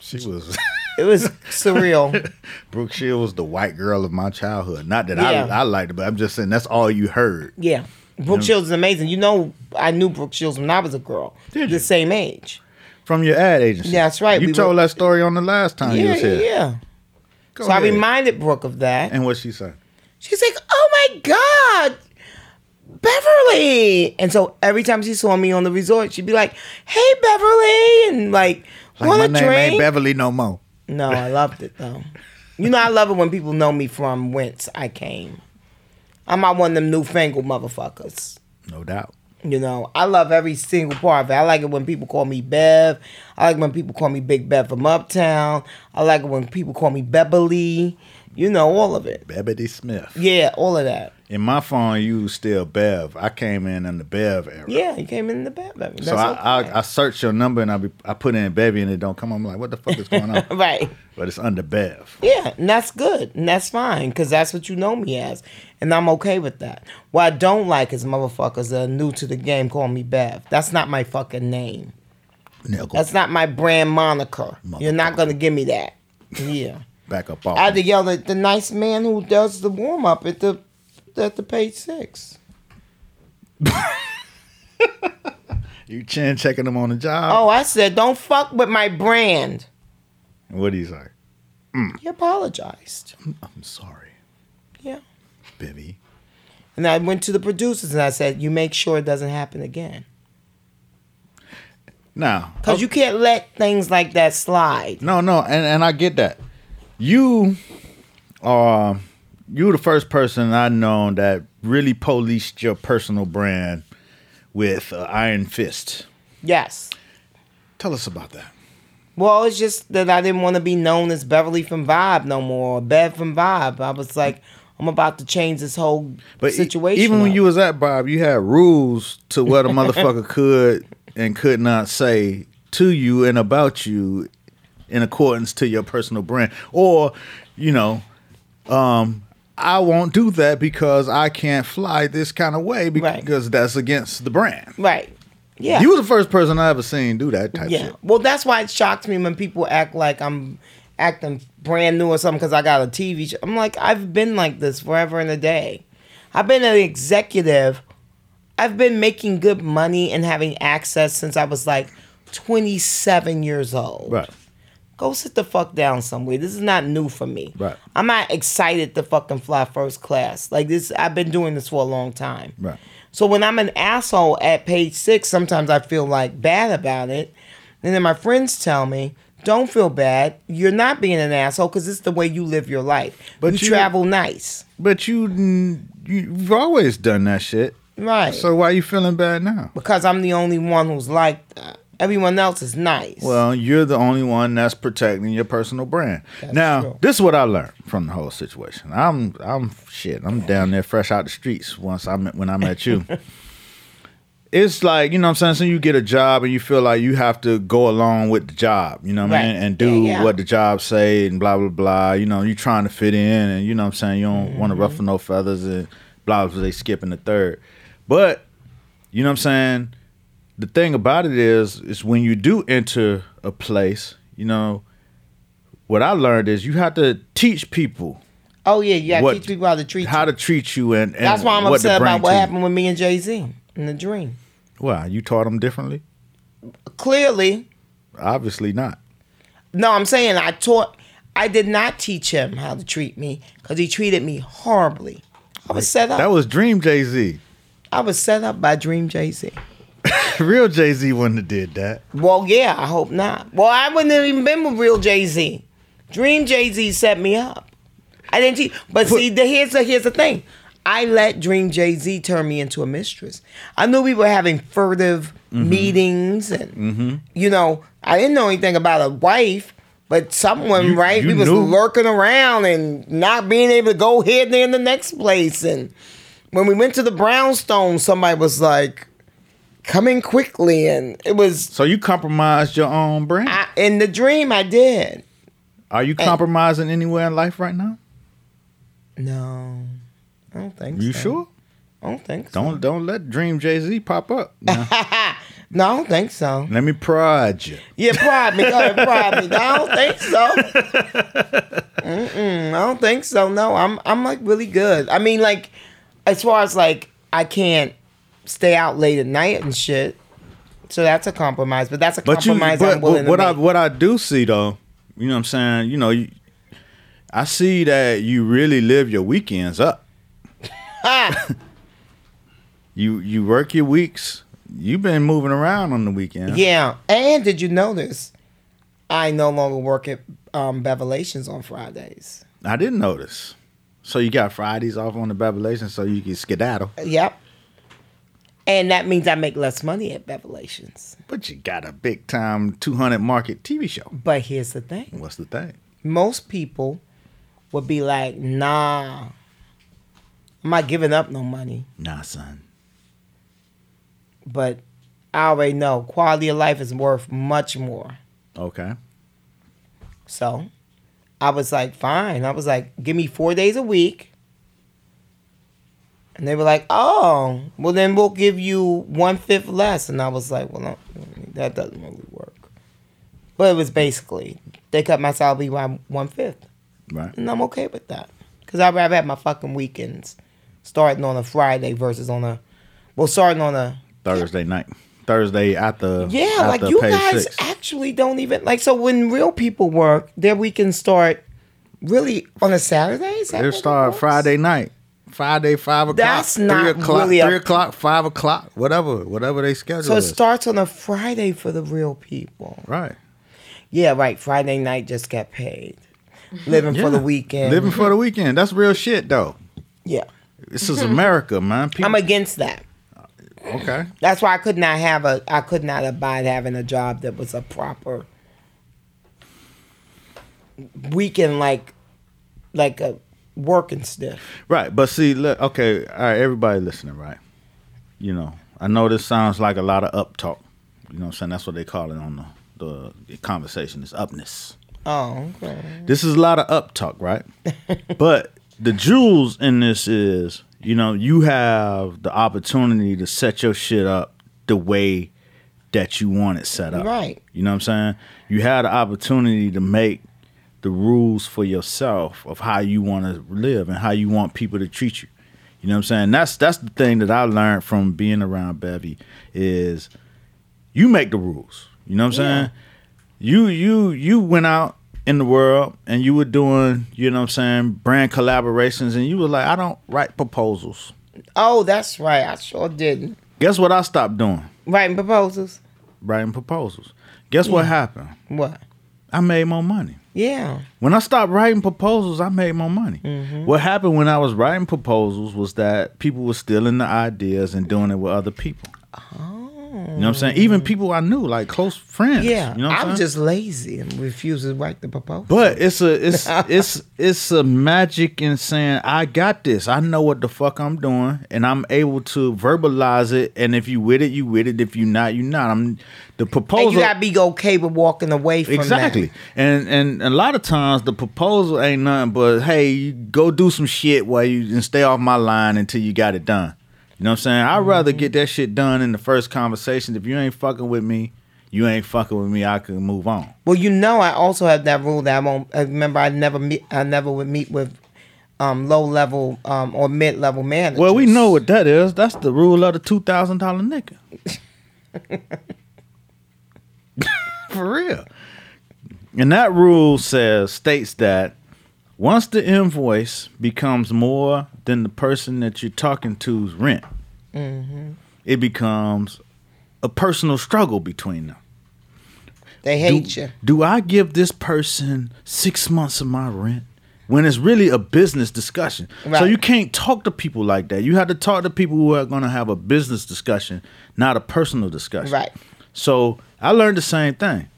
Speaker 3: She was
Speaker 4: It was surreal.
Speaker 3: Brooke Shields was the white girl of my childhood. Not that
Speaker 4: Yeah.
Speaker 3: I I liked it, but I'm just saying that's all you heard.
Speaker 4: Yeah. Brooke Shields is amazing. You know I knew Brooke Shields when I was a girl.
Speaker 3: Did
Speaker 4: the
Speaker 3: you?
Speaker 4: same age.
Speaker 3: From your ad agency.
Speaker 4: Yeah, that's right.
Speaker 3: You
Speaker 4: We
Speaker 3: told
Speaker 4: were-
Speaker 3: that story on the last time Oh, you
Speaker 4: yeah,
Speaker 3: was
Speaker 4: yeah,
Speaker 3: here. Oh,
Speaker 4: yeah.
Speaker 3: Go
Speaker 4: So I
Speaker 3: ahead.
Speaker 4: reminded Brooke of that.
Speaker 3: And what she said?
Speaker 4: She's like, oh my God, Beverly. And so every time she saw me on the resort, she'd be like, hey, Beverly. And like,
Speaker 3: Like
Speaker 4: want
Speaker 3: my
Speaker 4: a
Speaker 3: name
Speaker 4: drink?
Speaker 3: ain't Beverly no more.
Speaker 4: no, I loved it though. You know, I love it when people know me from whence I came. I'm not one of them newfangled motherfuckers.
Speaker 3: No doubt.
Speaker 4: You know, I love every single part of it. I like it when people call me Bev. I like when people call me Big Bev from Uptown. I like it when people call me Beverly. You know, all of it.
Speaker 3: Beverly Smith.
Speaker 4: Yeah, all of that.
Speaker 3: In my phone, you still Bev. I came in in the Bev era.
Speaker 4: Yeah, you came in the Bev. That's
Speaker 3: So I,
Speaker 4: okay.
Speaker 3: I I search your number and I be I put in Bevy and it don't come. I'm like, what the fuck is going on?
Speaker 4: right.
Speaker 3: But it's under Bev.
Speaker 4: Yeah, and that's good. And that's fine because that's what you know me as. And I'm okay with that. What I don't like is motherfuckers that are new to the game call me Bev. That's not my fucking name.
Speaker 3: Now go
Speaker 4: That's not my brand moniker. You're not
Speaker 3: Motherfucker.
Speaker 4: going to give me that. Yeah.
Speaker 3: back up off.
Speaker 4: I had to yell at the nice man who does the warm up at the at the page six.
Speaker 3: you chin checking them on the
Speaker 4: Oh,
Speaker 3: job.
Speaker 4: I said, don't fuck with my brand.
Speaker 3: And what do you say?
Speaker 4: He apologized.
Speaker 3: I'm sorry,
Speaker 4: Yeah.
Speaker 3: Bevy.
Speaker 4: And I went to the producers and I said, you make sure it doesn't happen again.
Speaker 3: Now,
Speaker 4: Because you can't let things like that slide.
Speaker 3: No, no, and, and I get that. You are you the first person I known that really policed your personal brand with uh, iron fist.
Speaker 4: Yes.
Speaker 3: Tell us about that.
Speaker 4: Well, it's just that I didn't want to be known as Beverly from Vibe no more, or Bev from Vibe. I was like, I'm about to change this whole
Speaker 3: But e-
Speaker 4: situation.
Speaker 3: even when
Speaker 4: up.
Speaker 3: you was at Bob, you had rules to what a motherfucker could and could not say to you and about you in accordance to your personal brand. Or, you know, um, I won't do that because I can't fly this kind of way
Speaker 4: Right.
Speaker 3: because that's against the brand.
Speaker 4: right, yeah,
Speaker 3: You was the first person I ever seen do that type
Speaker 4: yeah.
Speaker 3: shit.
Speaker 4: Well, that's why it shocks me when people act like I'm acting brand new or something because I got a TV show. I'm like, I've been like this forever and a day. I've been an executive. I've been making good money and having access since I was like 27 years old.
Speaker 3: Right.
Speaker 4: go sit the fuck down somewhere. This is not new for me.
Speaker 3: Right.
Speaker 4: I'm not excited to fucking fly first class. Like this, I've been doing this for a long time.
Speaker 3: Right.
Speaker 4: So when I'm an asshole at page six, sometimes I feel like bad about it. And then my friends tell me, don't feel bad. You're not being an asshole because it's the way you live your life.
Speaker 3: But
Speaker 4: But you,
Speaker 3: you-
Speaker 4: travel nice.
Speaker 3: But you n- you've always done that shit.
Speaker 4: Right.
Speaker 3: So why you feeling bad now?
Speaker 4: because I'm the only one who's like that. Everyone else is nice.
Speaker 3: Well, you're the only one that's protecting your personal brand. now,
Speaker 4: true.
Speaker 3: this is what I learned from the whole situation. I'm, I'm shit. I'm down there fresh out the streets. Once I met when I met you, it's like you know what I'm saying. So you get a job and you feel like you have to go along with the job. You know what I
Speaker 4: Right.
Speaker 3: mean? And do
Speaker 4: Yeah, yeah.
Speaker 3: what the job say and blah blah blah. You know, you trying to fit in and you know what I'm saying. You don't
Speaker 4: Mm-hmm.
Speaker 3: want to ruffle no feathers and blah blah. They skipping the third, but you know what I'm saying the thing about it is is when you do enter a place you know what i learned is you have to teach people
Speaker 4: oh yeah, you gotta
Speaker 3: what-
Speaker 4: teach people how to treat
Speaker 3: how
Speaker 4: you.
Speaker 3: to treat you and, and
Speaker 4: That's why I'm
Speaker 3: what to
Speaker 4: upset
Speaker 3: bring
Speaker 4: about
Speaker 3: to
Speaker 4: what
Speaker 3: you.
Speaker 4: happened with me and Jay Z in the dream.
Speaker 3: why you taught them differently
Speaker 4: Clearly,
Speaker 3: obviously not
Speaker 4: No, I'm saying I taught. I did not teach him how to treat me because he treated me horribly. I was set up.
Speaker 3: that was dream jay-z
Speaker 4: I was set up by Dream Jay Z.
Speaker 3: real jay-z wouldn't have did that
Speaker 4: Well, yeah, I hope not. Well, I wouldn't have even been with real Jay Z. Dream Jay Z set me up. I didn't teach. But see, the, here's the here's the thing. I let Dream Jay Z turn me into a mistress. I knew we were having furtive
Speaker 3: Mm-hmm.
Speaker 4: meetings, and you know, I didn't know anything about a wife. But someone,
Speaker 3: You-
Speaker 4: right?
Speaker 3: you
Speaker 4: we was
Speaker 3: knew.
Speaker 4: lurking around and not being able to go here, there, in the next place. And when we went to the brownstone, somebody was like, "Coming quickly," and it was
Speaker 3: so you compromised your own brand
Speaker 4: I, Eh. in the dream, I did.
Speaker 3: are you compromising anywhere in life right now
Speaker 4: No, I don't think.
Speaker 3: you
Speaker 4: so.
Speaker 3: sure
Speaker 4: I don't think. So.
Speaker 3: don't don't let dream jay-z pop up now.
Speaker 4: No, I don't think so.
Speaker 3: let me prod you
Speaker 4: Yeah, pride me. Go ahead, pride me. No, I don't think so. Mm-mm, I don't think so. No, I'm I'm like really good. I mean, like as far as like I can't stay out late at night and shit. So that's a compromise, but that's a
Speaker 3: but you
Speaker 4: compromise
Speaker 3: but,
Speaker 4: I'm willing
Speaker 3: but what
Speaker 4: to
Speaker 3: I
Speaker 4: make.
Speaker 3: what I do see though, you know what I'm saying, you know, you, I see that you really live your weekends up. you you work your weeks. You've been moving around on the weekend.
Speaker 4: yeah, and did you notice I no longer work at um, Bevelations on Fridays?
Speaker 3: I didn't notice. So you got Fridays off on the Babylation, so you can skedaddle.
Speaker 4: Yep. And that means I make less money at Revelations.
Speaker 3: But you got a big time two hundred market TV show.
Speaker 4: But here's the thing.
Speaker 3: What's the thing?
Speaker 4: most people would be like, nah, I'm not giving up no money.
Speaker 3: Nah, son.
Speaker 4: But I already know quality of life is worth much more.
Speaker 3: Okay.
Speaker 4: So I was like, fine. I was like, give me four days a week. And they were like, oh, well, then we'll give you one fifth less. And I was like, well, no, that doesn't really work. But it was basically, they cut my salary by one fifth.
Speaker 3: Right.
Speaker 4: and I'm okay with that. Cause I'd rather have my fucking weekends starting on a Friday versus on a, well, starting on a
Speaker 3: Thursday night. Thursday at the
Speaker 4: yeah,
Speaker 3: at
Speaker 4: like
Speaker 3: the
Speaker 4: you
Speaker 3: page
Speaker 4: guys
Speaker 3: six.
Speaker 4: actually don't even like. So when real people work, their weekends start really on a Saturday. Is that
Speaker 3: They
Speaker 4: what it
Speaker 3: start
Speaker 4: was?
Speaker 3: Friday night. Friday five o'clock.
Speaker 4: That's not
Speaker 3: three o'clock.
Speaker 4: really a-
Speaker 3: three o'clock. Five o'clock. Whatever. Whatever they schedule.
Speaker 4: So it
Speaker 3: is.
Speaker 4: starts on a Friday for the real people.
Speaker 3: right.
Speaker 4: Yeah, right. Friday night just got paid. Living for the
Speaker 3: Yeah.
Speaker 4: weekend.
Speaker 3: Living for the weekend. That's real shit though.
Speaker 4: yeah.
Speaker 3: This is America, man. People,
Speaker 4: I'm against that.
Speaker 3: okay.
Speaker 4: That's why I could not have a I could not abide having a job that was a proper weekend like like a working stiff.
Speaker 3: Right, but see, look, okay, all right, everybody listening, right? You know, I know this sounds like a lot of up talk. You know what I'm saying? That's what they call it on the, the conversation. It's upness.
Speaker 4: Oh, okay.
Speaker 3: This is a lot of up talk, right? but the jewels in this is, you know, you have the opportunity to set your shit up the way that you want it set up.
Speaker 4: Right.
Speaker 3: You know what I'm saying? You had the opportunity to make the rules for yourself of how you want to live and how you want people to treat you. You know what I'm saying? That's that's the thing that I learned from being around Bevy is you make the rules. You know what I'm saying? You you you went out in the world and you were doing, you know what I'm saying, brand collaborations and you were like, I don't write proposals.
Speaker 4: Oh, that's right. I sure didn't.
Speaker 3: Guess what I stopped doing?
Speaker 4: Writing proposals.
Speaker 3: Writing proposals. Guess what happened?
Speaker 4: What?
Speaker 3: I made more money.
Speaker 4: Yeah.
Speaker 3: When I stopped writing proposals, I made more money.
Speaker 4: Mm-hmm.
Speaker 3: What happened when I was writing proposals was that people were stealing the ideas and doing it with other people.
Speaker 4: Oh.
Speaker 3: You know what I'm saying? Even people I knew, like close friends.
Speaker 4: Yeah.
Speaker 3: You know what
Speaker 4: I'm
Speaker 3: saying?
Speaker 4: just lazy and refuse to write the proposal.
Speaker 3: But it's a it's it's it's a magic in saying I got this. I know what the fuck I'm doing, and I'm able to verbalize it. And if you with it, you with it. If you not, you not. I'm the proposal.
Speaker 4: and you gotta be okay with walking away from that.
Speaker 3: exactly. And and a lot of times the proposal ain't nothing but hey, you go do some shit while you and stay off my line until you got it done. You know what I'm saying? I'd rather get that shit done in the first conversation. If you ain't fucking with me, you ain't fucking with me. I can move on.
Speaker 4: Well, you know, I also have that rule that I won't. I remember, I never meet. I never would meet with um, low level um, or mid level managers.
Speaker 3: Well, we know what that is. That's the rule of the two thousand dollar nigga. For real. And that rule says states that once the invoice becomes more than the person that you're talking to's rent, Mm-hmm. it becomes a personal struggle between them.
Speaker 4: they hate you.
Speaker 3: Do I give this person six months of my rent? When it's really a business discussion. So
Speaker 4: Right.
Speaker 3: you can't talk to people like that. You have to talk to people who are gonna have a business discussion, not a personal discussion.
Speaker 4: Right.
Speaker 3: So I learned the same thing.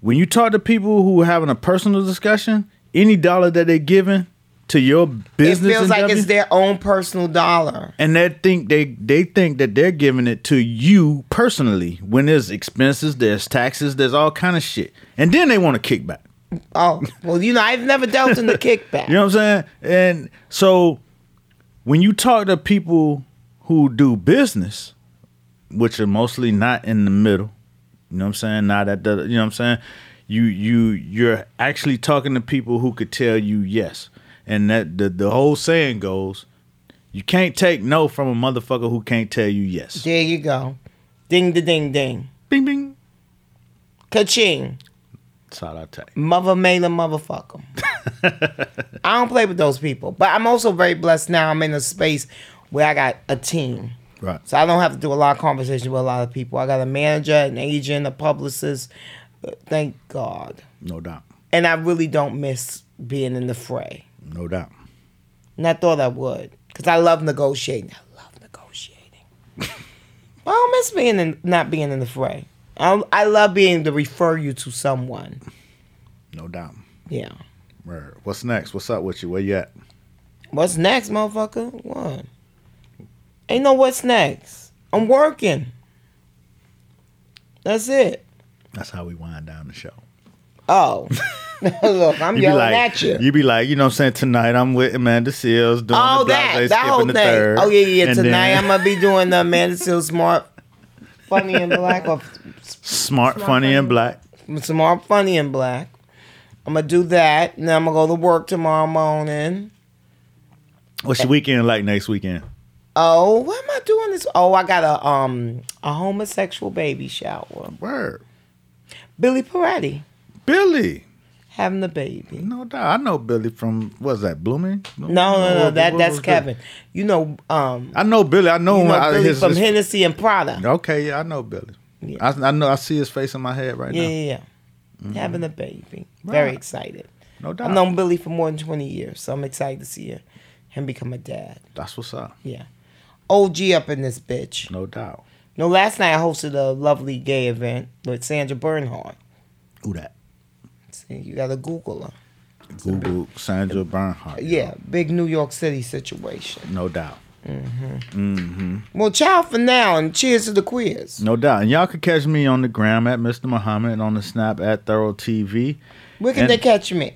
Speaker 3: When you talk to people who are having a personal discussion, any dollar that they're giving to your
Speaker 4: It
Speaker 3: business
Speaker 4: feels like
Speaker 3: endeavor-
Speaker 4: it's their own personal dollar.
Speaker 3: and they think they they think that they're giving it to you personally when there's expenses, there's taxes, there's all kind of shit, and then they want a kickback.
Speaker 4: Oh, well, you know, I've never dealt in the kickback.
Speaker 3: You know what I'm saying? And so when you talk to people who do business, which are mostly not in the middle, you know what I'm saying? Not at the you know what I'm saying? You you you're actually talking to people who could tell you yes. And that the, the whole saying goes, you can't take no from a motherfucker who can't tell you yes.
Speaker 4: There you go. Ding, the ding, ding.
Speaker 3: Bing bing.
Speaker 4: Ka-ching.
Speaker 3: That's all I take.
Speaker 4: Mother mailer, motherfucker. I don't play with those people. But I'm also very blessed now. I'm in a space where I got a team.
Speaker 3: Right.
Speaker 4: So I don't have to do a lot of conversation with a lot of people. I got a manager, an agent, a publicist. Uh, Thank God.
Speaker 3: No doubt.
Speaker 4: And I really don't miss being in the fray.
Speaker 3: No doubt.
Speaker 4: And I thought I would because I love negotiating. I love negotiating. I don't miss being in, not being in the fray. I, I love being able to refer you to someone.
Speaker 3: No doubt.
Speaker 4: Yeah.
Speaker 3: Word. What's next? What's up with you? Where you at?
Speaker 4: What's next, motherfucker? What? Ain't no what's next. I'm working. That's it.
Speaker 3: That's how we wind down the show.
Speaker 4: Oh. Look, I'm
Speaker 3: You
Speaker 4: yelling
Speaker 3: be like,
Speaker 4: at you.
Speaker 3: be like, you know what I'm saying? Tonight I'm with Amanda Seals doing
Speaker 4: Oh,
Speaker 3: the
Speaker 4: that
Speaker 3: blase,
Speaker 4: that
Speaker 3: skipping
Speaker 4: whole
Speaker 3: the
Speaker 4: thing.
Speaker 3: third.
Speaker 4: Oh yeah, yeah.
Speaker 3: And
Speaker 4: Tonight
Speaker 3: then
Speaker 4: I'm gonna be doing the Amanda Seal Smart, Funny in Black, or
Speaker 3: smart, funny, and black.
Speaker 4: Smart Funny in Black. I'm gonna do that, and then I'm gonna go to work tomorrow morning.
Speaker 3: What's your weekend like next weekend?
Speaker 4: Oh, what am I doing this? Oh, I got a um a homosexual baby shower.
Speaker 3: Word.
Speaker 4: Billy Peretti
Speaker 3: Billy.
Speaker 4: having the baby.
Speaker 3: No doubt. I know Billy from what's that, Blooming?
Speaker 4: No, no, no. That that's
Speaker 3: was
Speaker 4: Kevin. You know, um,
Speaker 3: I know Billy. I know,
Speaker 4: you
Speaker 3: him.
Speaker 4: know
Speaker 3: I,
Speaker 4: Billy
Speaker 3: his-
Speaker 4: from
Speaker 3: his-
Speaker 4: Hennessy and Prada.
Speaker 3: Okay, yeah, I know Billy. I, I know I see his face in my head right
Speaker 4: Yeah,
Speaker 3: now.
Speaker 4: yeah, yeah. Having a baby. Very
Speaker 3: Mm-hmm. Right.
Speaker 4: excited.
Speaker 3: No doubt.
Speaker 4: I've known Billy for more than 20 years, so I'm excited to see her, him become a dad.
Speaker 3: That's what's up.
Speaker 4: Yeah. OG up in this bitch.
Speaker 3: No doubt.
Speaker 4: No, last night I hosted a lovely gay event with Sandra Bernhardt.
Speaker 3: Who that?
Speaker 4: See, you gotta Google her.
Speaker 3: Google Sandra Bernhardt.
Speaker 4: Yeah, big New York City situation.
Speaker 3: No doubt.
Speaker 4: Well, ciao for now and cheers to the queers.
Speaker 3: No doubt. And y'all can catch me on the gram at Mr. Muhammad and on the snap at Thorough TV.
Speaker 4: Where can
Speaker 3: And-
Speaker 4: they catch me?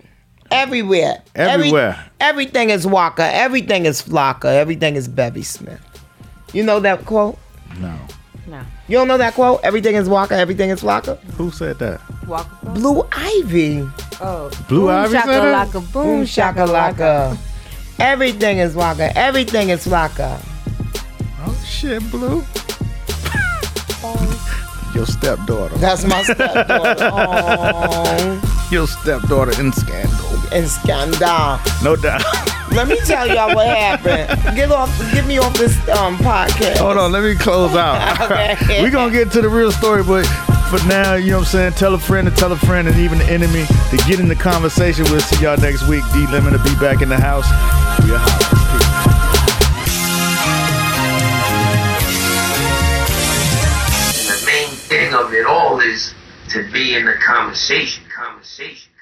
Speaker 4: Everywhere. Every-
Speaker 3: Everywhere.
Speaker 4: everything is Walker. Everything is Flocker. Everything is Bevy Smith. You know that quote?
Speaker 3: No.
Speaker 5: No.
Speaker 4: You don't know that quote? Everything is Walker. Everything is Flocker?
Speaker 3: Who said that?
Speaker 5: Walk.
Speaker 4: Blue Ivy.
Speaker 5: Oh.
Speaker 3: Blue
Speaker 5: boom
Speaker 3: Ivy said that?
Speaker 4: Boom
Speaker 5: shakalaka, Boom shakalaka.
Speaker 4: shakalaka. Everything is waka. Everything is waka.
Speaker 3: Oh shit, Blue. Your stepdaughter.
Speaker 4: That's my stepdaughter. Aw,
Speaker 3: Your stepdaughter in scandal.
Speaker 4: and scandal.
Speaker 3: No doubt.
Speaker 4: Let me tell y'all what happened. Get off. Get me off this um podcast.
Speaker 3: Hold on, let me close out.
Speaker 4: Okay.
Speaker 3: We're gonna get to the real story, but for now, you know what I'm saying? Tell a friend to tell a friend and even the enemy to get in the conversation. We'll see y'all next week. D Lemon to be back in the house. We are hollering. Peace.
Speaker 7: And the main thing of it all is to be in the conversation, conversation.